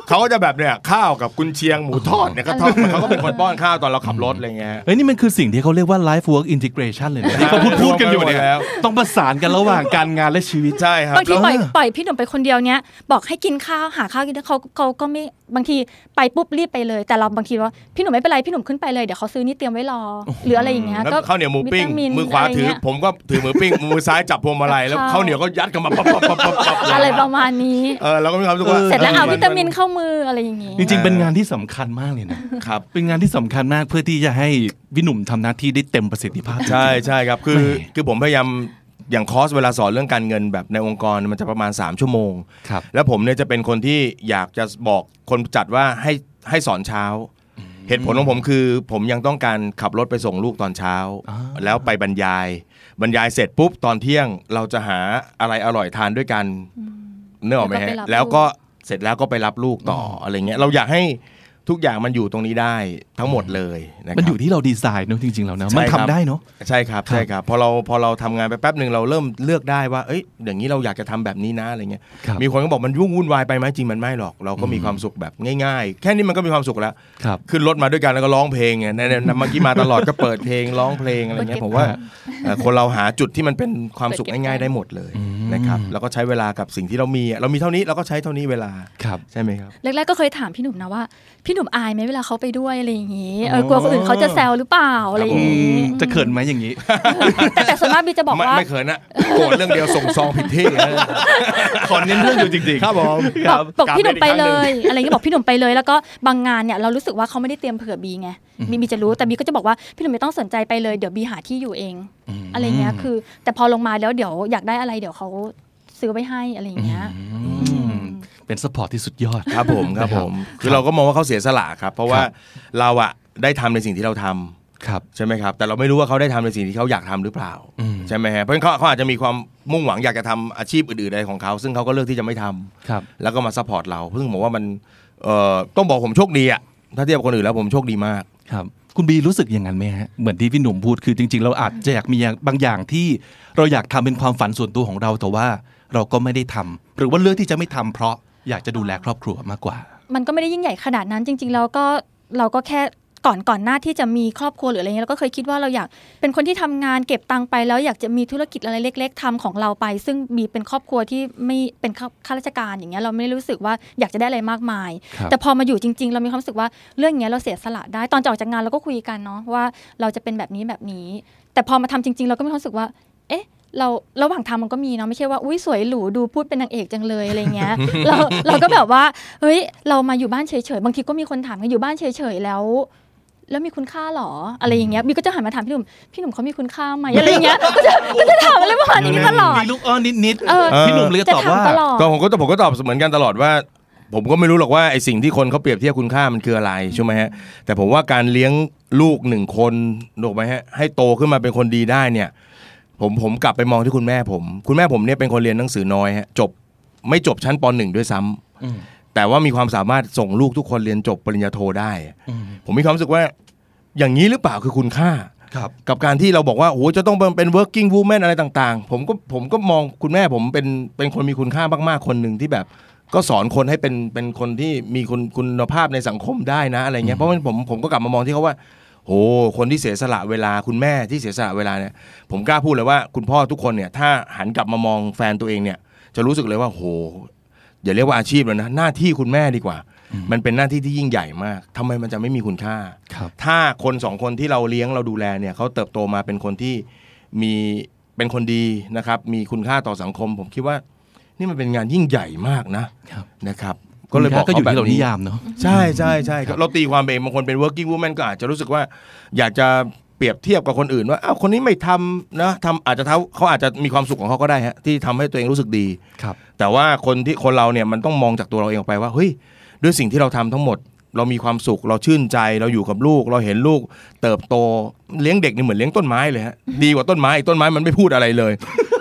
S1: เขาก็จะแบบเนี่ยข้าวกับกุนเชียงหมูทอดเนี่ยก็ทอดเขาก็เป็นคนป้อนข้าวตอนเราขับรถอะไรเงี้ยฮะ
S2: เฮ้ยนี่มันคือสิ่งที่เขาเรียกว่า life work integration เลยนะที่เขาพูดพูดกันอยู่เนี่ย
S1: แล้ว
S2: ต้องประสานกันระหว่างการงานและชีวิต
S1: ใช่ครับ
S3: บางที
S1: แล้ว
S3: ปล่อยปล่อยพี่หนุ่มไปคนเดียวเนี้ยบอกให้กินข้าวหาข้าวกินเขาเขาก็ไม่บางทีไปปุ๊บรีบไปเลย แต่เราบางทีว่าพี่หนุ่มไม่เป็นไรพี่หนุ่มขึ้นไปเลยเดี๋ยวเขาซื้อนี่เตรียมไว้รอ หรืออะไรอย่างเงี้ย
S1: แล้ว
S3: ก็
S1: ข้าวเหนียวหมูปิ้ง
S3: วิตา
S1: มือขวา
S3: ะไร
S1: ถือ
S3: เงี้ย
S1: ผมก็ถือมือปิ้งมือซ้ายจับพวงมาลัยแล้ว
S3: ใช่
S1: ข้าวเหนียวก็ยัดกันมาปั๊บปั๊บปั๊บปั๊บปั๊บเลย
S3: อะไรประมาณนี้
S1: เออเราก็มีความรู้สึกว่า
S3: เสร็จแล้วเอา
S1: น
S3: วิตามินเข้ามืออะไรอย่างงี้
S2: จริงๆ เป็นงานที่สำคัญมากเลยนะ
S1: ครับ
S2: เป็นงานที่สำคัญมากเพื่อที่จะให้พี่หนุ่มทำหน้าที่ได้เต็มประสิทธิภาพ
S1: ใช่ใช่ครับคือ
S2: แหม่
S1: คือผมพยายามอย่างคอร์สเวลาสอนเรื่องการเงินแบบในองค์กรมันจะประมาณ 3 ชั่วโมง
S2: ครับ
S1: แล้วผมเนี่ยจะเป็นคนที่อยากจะบอกคนจัดว่าให้ให้สอนเช้า เหตุผลของผมคือ ผมยังต้องการขับรถไปส่งลูกตอนเช้า แล้วไปบรรยาย บรรยายเสร็จปุ๊บตอนเที่ยงเราจะหาอะไรอร่อยทานด้วยกันเนื้อออกไหมฮะ
S3: แล้วก็ไปรับ
S1: แล้วก็เสร็จแล้วก็ไปรับลูกต่ออะไรเงี้ยเราอยากให้ ทุกอย่างมันอยู่ตรงนี้ได้ทั้งหมดเลยนะครับ
S2: มันอยู่ที่เราดีไซน์เนอะจริงๆแล้วนะ
S1: ใช่
S2: มัน
S1: ครั
S2: ทำ
S1: บ
S2: ได้เนาะ
S1: ใช่ครับ
S2: ครับ
S1: ใช่ครับพอเราพอเราทำงานไปแป๊บหนึ่งเราเริ่มเลือกได้ว่าเอ้ยอย่างนี้เราอยากจะทำแบบนี้นะอะไรเงี้ย
S2: ครับ
S1: มีคนก็บอกมันยุ่งวุ่นวายไปไหมจริงมันไม่หรอก เราก็มี
S2: อืม
S1: ความสุขแบบง่ายๆ แค่นี้มันก็มีความสุขแล้ว
S2: ครับ
S1: ขึ้นรถมาด้วยกันแล้วก็ร้องเพลงไงแน่ๆเมื่อกี้มาตลอดก็เปิดเพลงร้องเพลงอะไรเงี้ยผมว่าเอ่อคนเราหาจุดที่มันเป็นความสุขง่ายๆได้หมดเลย
S2: อืม
S1: นะครับแล้วก็ใช้เวลากับสิ่งที่เรามีอะเรามีเท่านี้เราก็ใช้เท่านี้เวลา
S2: ครับ
S1: ใช่ไหมครับ
S3: แรกๆก็เคยถามพี่หนุ่มนะว่า พี่หนุ่มอายไหมเวลาเขาไปด้วยอะไรอย่างงี้เออ
S1: โอ้
S3: กลัวคนอื่นเขาจะแซวหรือเปล่าอะไรอย่างงี้
S2: จะเขินไหมอย่างนี้
S3: แต่แต่ส่วนมากบีจะบอก
S1: ไม่
S3: ว่า
S1: ไม่เขินนะโกรธเรื่องเดียวส่งซองผิดที่นะ
S2: ขอเน้นเรื่องอยู่จริง
S1: ครับผม
S2: ค
S3: บ
S2: รั
S3: อบ กบอกพี่หนุ่มไปเลย ยอะไรเงี้ยบอกพี่หนุ่มไปเลยแล้วก็บางงานเนี่ยเรารู้สึกว่าเขาไม่ได้เตรียมเผื่อบีไงบีบีจะรู้แต่บีก็จะบอกว่าพี่หนุ่มไม่ต้องสนใจไปเลยเดี๋ยวบีหาที่อยู่เอง อะไรเงี้ยคือ แต่พอลงมาแล้วเดี๋ยวอยากได้อะไรเดี๋ยวเขาซื้อไว้ให้อะไรอย่างเงี้ย
S2: ม เป็นสปอร์ตที่สุดยอด
S1: ครับผมครับผม
S2: นะครับ
S1: คือเราก็มองว่าเขาเสียสละครับ เพราะว่า
S2: ครับ
S1: เราอะได้ทำในสิ่งที่เราทำ
S2: ครับ
S1: ใช่ไหมครับ แต่เราไม่รู้ว่าเขาได้ทำในสิ่งที่เขาอยากทำหรือเปล่า
S2: อืม
S1: ใช่ไหมฮะเพราะฉะนั้นเขาเขาอาจจะมีความมุ่งหวังอยากจะทำอาชีพอื่นๆใดของเขา ซึ่งเขาก็เลือกที่จะไม่ทำ
S2: ครับ
S1: แล้วก็มาซัพพอร์ตเราซึ่งผมว่ามันเอ่อต้องบอกผมโชคดีอะถ้าเทียบกับคนอื่นแล้วผมโชคดีมาก
S2: ครับ คุณบีรู้สึกอย่างนั้นไหมฮะ เหมือนที่พี่หนุ่มพูดคือจริง ๆ เราอาจจะอยากมีบางอย่างที่เราอยากทำเป็นความฝันส่วนตัวของเราแต่ว่าเราก็ไม่ได้ทำหรือว่าเลือกที่จะไม่ทำเพราะอยากจะดูแลครอบครัวมากกว่า
S3: มันก็ไม่ได้ยิ่งใหญ่ขนาดนั้นจริง ๆ แล้วก็เราก็แค่ก่อนก่อนหน้าที่จะมีครอบครัวหรืออะไรเงี้ยเราก็เคยคิดว่าเราอยากเป็นคนที่ทำงานเก็บตังค์ไปแล้วอยากจะมีธุรกิจอะไรเล็ก ๆทำของเราไป ซึ่งมีเป็นครอบครัวที่ไม่เป็นข้าข้าราชการอย่างเงี้ยเราไม่ได้รู้สึกว่าอยากจะได้อะไรมากมาย
S2: ครับ
S3: แต่พอมาอยู่จริง ๆ เรามีความรู้สึกว่าเรื่องเนี้ยเราเสียสละได้ตอนจะออกจากงานเราก็คุยกันเนาะว่าเราจะเป็นแบบนี้แบบนี้ แต่พอมาทำจริง ๆ เราก็มีความรู้สึกว่า เอ๊ะ เราระหว่างทำมันก็มีเนาะไม่ใช่ว่าอุ้ยสวยหรูดูพูดเป็นนางเอกจังเลยอะไรเงี้ย เราเราก็แบบว่า เฮ้ย เรามาอยู่บ้านเฉยๆ บางทีก็มีคนถามกันอยู่บ้านเฉยๆ แล้ว แล้วมีคุณค่าหรอ อะไรอย่างเงี้ยบีก็จะหันมาถามพี่หนุ่ม พี่หนุ่มเขามีคุณค่าไหมอะไรอย่างเงี้ย ก็จะก็จะถามอะไรประมาณนี้ตลอด
S2: มีลูกอ้อนนิด
S3: เออ
S2: ๆพี่หนุ่มเลยก็
S3: จะ
S2: ตอบ
S3: ถาม
S2: ว่า
S3: ตลอด
S1: ก็ผมก็ผมก็ตอบเหมือนกันตลอดว่า ผมก็ไม่รู้หรอกว่าไอสิ่งที่คนเขาเปรียบเทียบคุณค่ามันคืออะไรใช่ไหมฮะแต่ผมว่าการเลี้ยงลูกหนึ่งคนถูกไหมฮะให้โตขึ้นมาเป็นคนดีได้เนี่ย ผมผมกลับไปมองที่คุณแม่ผม คุณแม่ผมเนี่ยเป็นคนเรียนหนังสือน้อยฮะจบไม่จบชั้นปหนึ่งด้วยซ้ำ
S2: อืม
S1: แต่ว่ามีความสามารถส่งลูกทุกคนเรียนจบปริญญาโทได้
S2: อืม
S1: ผมมีความรู้สึกว่า อย่างนี้หรือเปล่าคือคุณค่า
S2: ครับ
S1: กับการที่เราบอกว่าโอ้โหจะต้องเป็นเป็น working woman อะไรต่างๆ ผมก็ผมก็มองคุณแม่ผมเป็นเป็นคนมีคุณค่ามากๆ คนหนึ่งที่แบบ ก็สอนคนให้เป็นเป็นคนที่มีคุณคุณภาพในสังคมได้นะอะไรเงี้ยเพราะฉะนั้นผมผมก็กลับมามองที่เขาว่าโอ้คนที่เสียสละเวลาคุณแม่ที่เสียสละเวลาเนี่ยผมกล้าพูดเลยว่าคุณพ่อทุกคนเนี่ยถ้าหันกลับมามองแฟนตัวเองเนี่ย จะรู้สึกเลยว่าโหอย่าเรียกว่าอาชีพเลยนะ หน้าที่คุณแม่ดีกว่า มันเป็นหน้าที่ที่ยิ่งใหญ่มากทำไมมันจะไม่มีคุณค่า
S2: ครับ
S1: ถ้าคนสองคนที่เราเลี้ยงเราดูแลเนี่ยเขาเติบโตมาเป็นคนที่มีเป็นคนดีนะครับ มีคุณค่าต่อสังคม ผมคิดว่า นี่มันเป็นงานยิ่งใหญ่มากนะครับ นะครับ ก็เลยบอก
S2: ก็อ
S1: เขา
S2: ยู่
S1: แบบ
S2: ที่เรานิ
S1: นี้
S2: ยามเนาะ
S1: ใช่ใช่ใช่ครับเราตีความเองบางคนเป็น working woman ก็อาจจะรู้สึกว่า อยากจะเปรียบเทียบกับคนอื่นว่าอ้าวคนนี้ไม่ทำนะทำอาจจะเท้าเขาอาจจะมีความสุขของเขาก็ได้ฮะที่ทำให้ตัวเองรู้สึกดี
S2: ครับ
S1: แต่ว่าคนที่คนเราเนี่ยมันต้องมองจากตัวเราเองออกไปว่าเฮ้ยด้วยสิ่งที่เราทำทั้งหมด เรามีความสุขเราชื่นใจเราอยู่กับลูก เราเห็นลูก เติบโตเลี้ยงเด็กนี่เหมือนเลี้ยงต้นไม้เลยฮะดีกว่าต้นไม้อีกต้นไม้มันไม่พูดอะไรเลย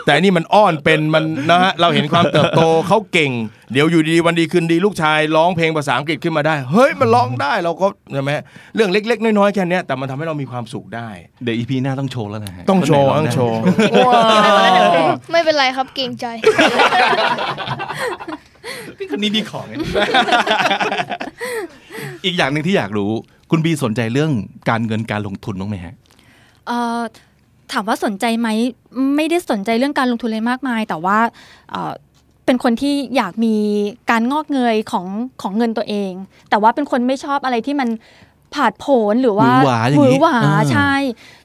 S1: แต่อันนี่มันอ้อนเป็นมันนะฮะเราเห็นความเติบโตเขาเก่ง เดี๋ยวอยู่ดีๆวันดีคืนดีลูกชายร้องเพลงภาษาอังกฤษขึ้นมาได้ เฮ้ยมันร้องได้เราก็ใช่ไหมเรื่องเล็ก ๆ น้อยๆแค่เนี้ยแต่มันทำให้เรามีความสุขได้
S2: เดี๋ยวอีพีหน้าต้องโชว์แล้วนะฮะ
S1: ต้องโชว์
S2: คนไหนร้
S1: ต้องโชว์
S2: ได้
S1: ว้าว
S4: ไม่เป็นไรครับเกรงใจ
S2: พี่คนนี้มีของไง อีกอย่างหนึ่งที่อยากรู้ คุณบีสนใจเรื่องการเงินการลงทุนบ้างไหมฮะ
S3: เอ่อถามว่าสนใจไหมไม่ได้สนใจเรื่องการลงทุนเลยมากมาย แต่ว่าเอ่อเป็นคนที่อยากมีการงอกเงยของของเงินตัวเอง แต่ว่าเป็นคนไม่ชอบอะไรที่มันผาดโผนหรือว่า
S2: หวือหวาอย่างนี้
S3: อหวา
S2: อ่า
S3: ใช่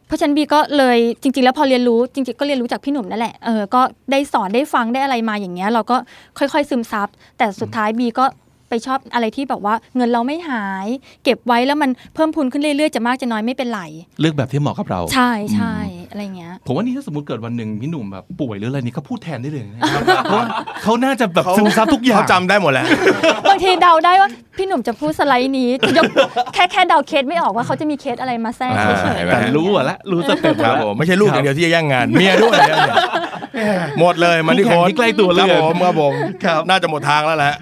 S3: เพราะฉะนันบีก็เลยจริง ๆ แล้วพอเรียนรู้จริง ๆ ก็เรียนรู้จากพี่หนุ่มนั่นแหละเออก็ได้สอนได้ฟังได้อะไรมาอย่างเงี้ยเราก็ค่อยๆซึมซับแต่สุดท้ายบีก็ไปชอบอะไรที่แบบว่าเงินเราไม่หาย เก็บไว้แล้วมันเพิ่มพูนขึ้นเรื่อยๆจะมากจะน้อยไม่เป็นไร
S2: เลือกแบบที่เหมาะกับเรา
S3: ใช่ใช่อะไรเงี้ย
S2: ผมว่านี่ถ้าสมมติเกิดวันหนึ่งพี่หนุ่มแบบป่วยหรืออะไรนี่ก็พูดแทนได้เลย นะ เพราะว่าเขาน่าจะแบบซึมซับทุกอย่าง
S1: เขาจำได้หมดแหละ
S3: บางทีเดาได้ว่าพี่หนุ่มจะพูดสไลด์นี้จะยก แค่แค่เดาเคสไม่ออกว่าเขาจะมีเคสอะไรมาแทรก
S1: อ่า
S3: เฉยๆ
S1: ห็นไหม
S2: แต่รู้อะละรู้สเต็ป
S1: ค
S2: อะ
S1: รับ
S2: ละ
S1: ผมไม่ใช่ลูกอย่างเดียวที่จะแย่งงาน เมียด้วยนะ หมดเลยมันที่โค้
S2: คู่แข่งที่ใกล้ตัวเหลื
S1: ค
S2: อ
S1: รับ
S2: เกิ
S1: ผ
S2: น
S1: มครับผม
S2: ครับ
S1: น่าจะหมดทางแล้วแหละ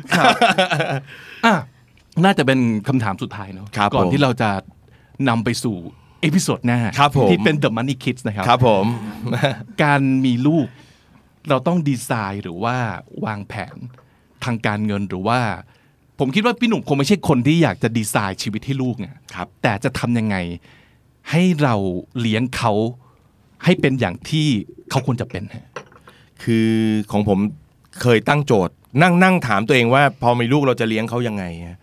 S2: อ่ะ น่าจะเป็นคำถามสุดท้ายเนาะ
S1: ครับ
S2: ก่อน
S1: ผม
S2: ที่เราจะนำไปสู่เอพิโซดหน้า
S1: ครับผม
S2: ที่เป็น The Money Kids นะครับ
S1: ครับผม
S2: การมีลูกเราต้องดีไซน์หรือว่าวางแผนทางการเงินหรือว่า ผมคิดว่าพี่หนุ่มคงไม่ใช่คนที่อยากจะดีไซน์ชีวิตให้ลูกไง
S1: ครับ
S2: แต่จะทำยังไงให้เราเลี้ยงเขาให้เป็นอย่างที่เขาควรจะเป็นฮะ
S1: คือของผมเคยตั้งโจทย์ นั่งนั่งถามตัวเองว่า พอมีลูกเราจะเลี้ยงเขายังไงฮะ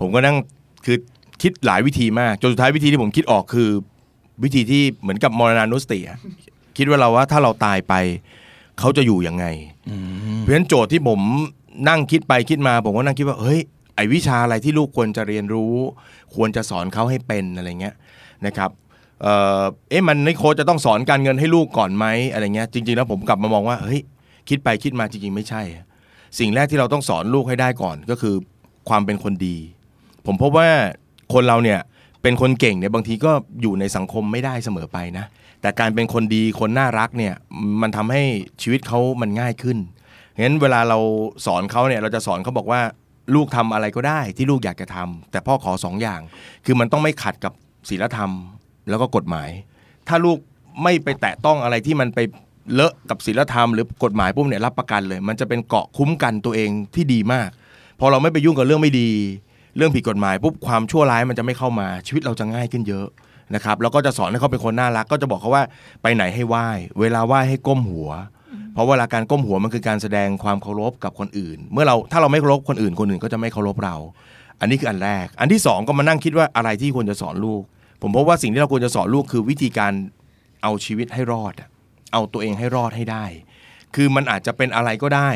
S1: ผมก็นั่งคือคิดหลายวิธีมากจนสุดท้ายวิธีที่ผมคิดออกคือ วิธีที่เหมือนกับมรณานุสติอะคิดว่าเราว่าถ้าเราตายไป เขาจะอยู่ยังไงเพราะฉะนั้นโจทย์ที่ผมนั่งคิดไปคิดมา ผมก็นั่งคิดว่าเฮ้ยไอวิชาอะไรที่ลูกควรจะเรียนรู้ ควรจะสอนเขาให้เป็นอะไรเงี้ยนะครับ เอ่อเอ๊ะมันในโค้ชจะต้องสอนการเงินให้ลูกก่อนไหมอะไรเงี้ยจริง ๆ แล้วผมกลับมามองว่าเฮ้ยคิดไปคิดมาจริง ๆ ไม่ใช่อะสิ่งแรกที่เราต้องสอนลูกให้ได้ก่อนก็คือความเป็นคนดี ผมพบว่าคนเราเนี่ยเป็นคนเก่งเนี่ยบางทีก็อยู่ในสังคมไม่ได้เสมอไปนะ แต่การเป็นคนดีคนน่ารักเนี่ยมันทำให้ชีวิตเขามันง่ายขึ้นงั้นเวลาเราสอนเขาเนี่ยเราจะสอนเขาบอกว่าลูกทำอะไรก็ได้ที่ลูกอยากจะทำแต่พ่อขอสองอย่าง คือมันต้องไม่ขัดกับศีลธรรม แล้วก็กฎหมาย ถ้าลูกไม่ไปแตะต้องอะไรที่มันไปเลอะกับศีลธรรมหรือกฎหมายปุ๊บเนี่ยรับประกันเลย มันจะเป็นเกราะคุ้มกันตัวเองที่ดีมาก พอเราไม่ไปยุ่งกับเรื่องไม่ดี เรื่องผิดกฎหมายปุ๊บความชั่วร้ายมันจะไม่เข้ามา ชีวิตเราจะง่ายขึ้นเยอะนะครับแล้วก็จะสอนให้เขาเป็นคนน่ารัก ก็จะบอกเขาว่าไปไหนให้ไหว้ เวลาไหว้ให้ก้มหัว เพราะเวลาการก้มหัวมันคือการแสดงความเคารพกับคนอื่น เมื่อเราถ้าเราไม่เคารพคนอื่นคนอื่นก็จะไม่เคารพเรา อันนี้คืออันแรก อันที่สองก็มานั่งคิดว่าอะไรที่ควรจะสอนลูก ผมพบว่าสิ่งที่เราควรจะสอนลูกคือวิธีการเอาชีวิตให้รอดอะเอาตัวเองให้รอดให้ได้ คือมันอาจจะเป็นอะไรก็ได้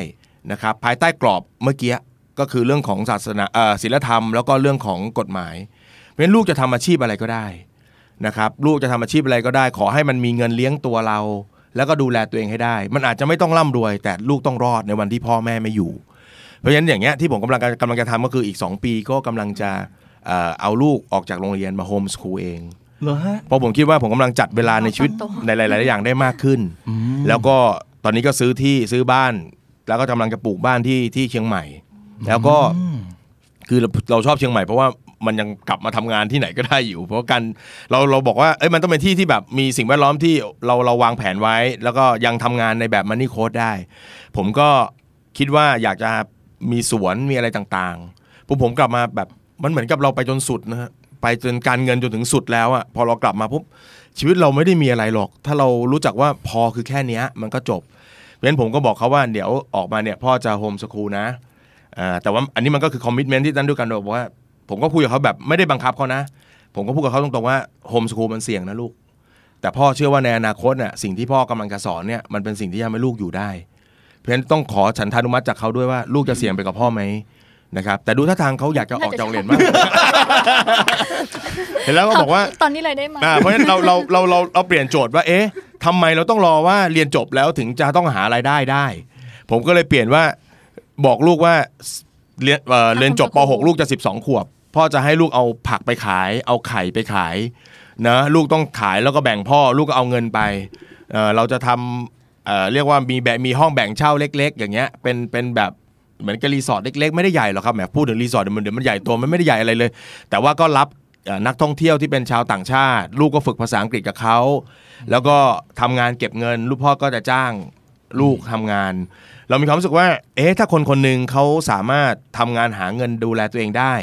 S1: นะครับ ภายใต้กรอบเมื่อกี้ก็คือเรื่องของศาสนาเอ่อศีลธรรมแล้วก็เรื่องของกฎหมาย เพราะฉะนั้นลูกจะทำอาชีพอะไรก็ได้นะครับ ลูกจะทำอาชีพอะไรก็ได้ ขอให้มันมีเงินเลี้ยงตัวเรา แล้วก็ดูแลตัวเองให้ได้ มันอาจจะไม่ต้องร่ำรวย แต่ลูกต้องรอดในวันที่พ่อแม่ไม่อยู่ เพราะฉะนั้นอย่างเงี้ยที่ผมกำลังกำลังจะทำก็คืออีก 2 ปีก็กำลังจะเอ่อเอาลูกออกจากโรงเรียนมาโฮมสคูลเอง
S2: เหรอฮะ
S1: เพราะผมคิดว่าผมกำลังจัดเวลาในชีวิต
S3: ตอนโต
S1: ในหลาย ๆ อย่างได้มากขึ้น แล้วก็ตอนนี้ก็ซื้อที่ซื้อบ้าน แล้วก็กำลังจะปลูกบ้านที่ที่เชียงใหม่ แล้วก็คือเราเราชอบเชียงใหม่เพราะว่ามันยังกลับมาทำงานที่ไหนก็ได้อยู่ เพราะกันเราเราบอกว่าเอ้ยมันต้องเป็นที่ที่แบบมีสิ่งแวดล้อมที่เราเราวางแผนไว้ แล้วก็ยังทำงานในแบบมันนี่โค้ดได้ ผมก็คิดว่าอยากจะมีสวนมีอะไรต่างๆผมผมกลับมาแบบมันเหมือนกับเราไปจนสุดนะฮะไปจนการเงินจนถึงสุดแล้วอะพอเรากลับมาปุ๊บชีวิตเราไม่ได้มีอะไรหรอก ถ้าเรารู้จักว่าพอคือแค่เนี้ยมันก็จบเพราะฉะนั้นผมก็บอกเขาว่าเดี๋ยวออกมาเนี่ยพ่อจะโฮมสคูลนะเอ่อแต่ว่าอันนี้มันก็คือคอมมิชเมนที่ตั้นด้วยกันบอกว่า ผมก็พูดกับเขาแบบไม่ได้บังคับเขานะ ผมก็พูดกับเขาตรงๆว่าโฮมสคูลมันเสี่ยงนะลูก แต่พ่อเชื่อว่าในอนาคตน่ะสิ่งที่พ่อกำลังจะสอนเนี่ยมันเป็นสิ่งที่ทำให้ลูกอยู่ได้ เพราะฉะนั้นต้องขอฉันทานุมัติจากเขาด้วยว่าลูกจะเสี่ยงไปกับพ่อไหมนะครับ แต่ดูท่าทางเขาอยากจะออกจากโรงเรียนมาก เห็นแล้วก็บอกว่า
S3: ตอนนี้เลยได้ไหม
S1: อ่าเพราะฉะนั้นเราเราเราเราเราเปลี่ยนโจทย์ว่าเอ๊ะทำไมเราต้องรอว่าเรียนจบแล้วถึงจะต้องหารายได้ได้ ผมก็เลยเปลี่ยนว่าบอกลูกว่าเรียนเอ่อเรียนจบป .6 ลูกจะ 12 ขวบ พ่อจะให้ลูกเอาผักไปขาย เอาไข่ไปขายนะลูกต้องขายแล้วก็แบ่งพ่อ ลูกก็เอาเงินไปเอ่อเราจะทำเอ่อเรียกว่ามีแบบมีห้องแบ่งเช่าเล็ก ๆ อย่างเงี้ยเป็นเป็นแบบเหมือนกับรีสอร์ทเล็กๆ ไม่ได้ใหญ่หรอกครับแหมพูดถึงรีสอร์ทเดี๋ยวมันเดี๋ยวมันใหญ่โตัวมันไม่ได้ใหญ่อะไรเลย แต่ว่าก็รับเอ่อนักท่องเที่ยวที่เป็นชาวต่างชาติ ลูกก็ฝึกภาษาอังกฤษกับเขา แล้วก็ทำงานเก็บเงิน ลูกพ่อก็จะจ้างลูกทำงาน เรามีความรู้สึกว่า เอ๊ะถ้าคนคนหนึ่งเขาสามารถทำงานหาเงินดูแลตัวเองได้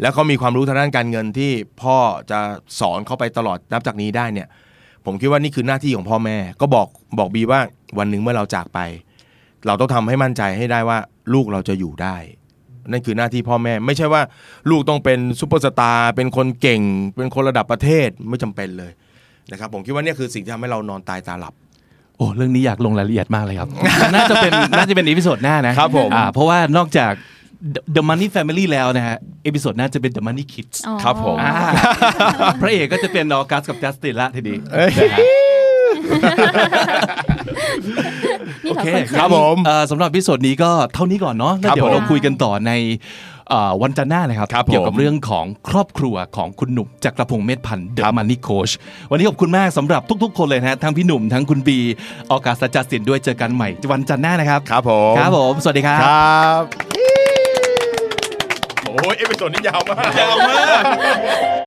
S1: แล้วเขามีความรู้ทางด้านการเงินที่พ่อจะสอนเขาไปตลอดนับจากนี้ได้เนี่ย ผมคิดว่านี่คือหน้าที่ของพ่อแม่ ก็บอกบอกบีว่าวันหนึ่งเมื่อเราจากไป เราต้องทำให้มั่นใจให้ได้ว่าลูกเราจะอยู่ได้ นั่นคือหน้าที่พ่อแม่ ไม่ใช่ว่าลูกต้องเป็นซูเปอร์สตาร์เป็นคนเก่ง เป็นคนระดับประเทศไม่จำเป็นเลยนะครับผมคิดว่าเนี่ยคือสิ่งที่ทำให้เรานอนตายตาหลับ
S2: โอ้เรื่องนี้อยากลงรายละเอียดมากเลยครับ น่าจะเป็นน่าจะเป็นอีพิโซดหน้านะครับ
S1: ผม
S2: อ่าเพราะว่านอกจาก The- The Money Family แล้วนะฮะอีพิโซดหน้าจะเป็น The Money Kids
S3: อ๋อ
S1: ครับผม
S2: อ่า พระเอกก็จะเป็นออกัสกับจัสตินละทีนี้
S3: นี่
S2: โอ
S3: เหรอ
S2: เค
S3: คนเคย
S1: ครับผม
S2: เอ่อสำหรับพิโซดนี้ก็เท่านี้ก่อนเนาะแล้วเดี๋ย
S1: ค
S2: ว
S1: รับผม
S2: เราคุยกันต่อในเอ่อวันจันทร์หน้านะครับ
S1: ครับผม
S2: เกี่ยวกับเรื่องของครอบครัวของคุณหนุ่มจักรพงศ์เมธพันธ์เดอะมันนี่โคชวันนี้ขอบคุณมากสำหรับทุกๆ คนเลยนะฮะทั้งพี่หนุ่มทั้งคุณบีออกัสและจัสตินด้วยเจอกันใหม่วันจันทร์หน้านะครับ
S1: ครับผม
S2: ครับผมสวัสดีครับ
S1: ครับ โอ้ยเอพิโซดนี้ยาวมาก
S2: ยาวมาก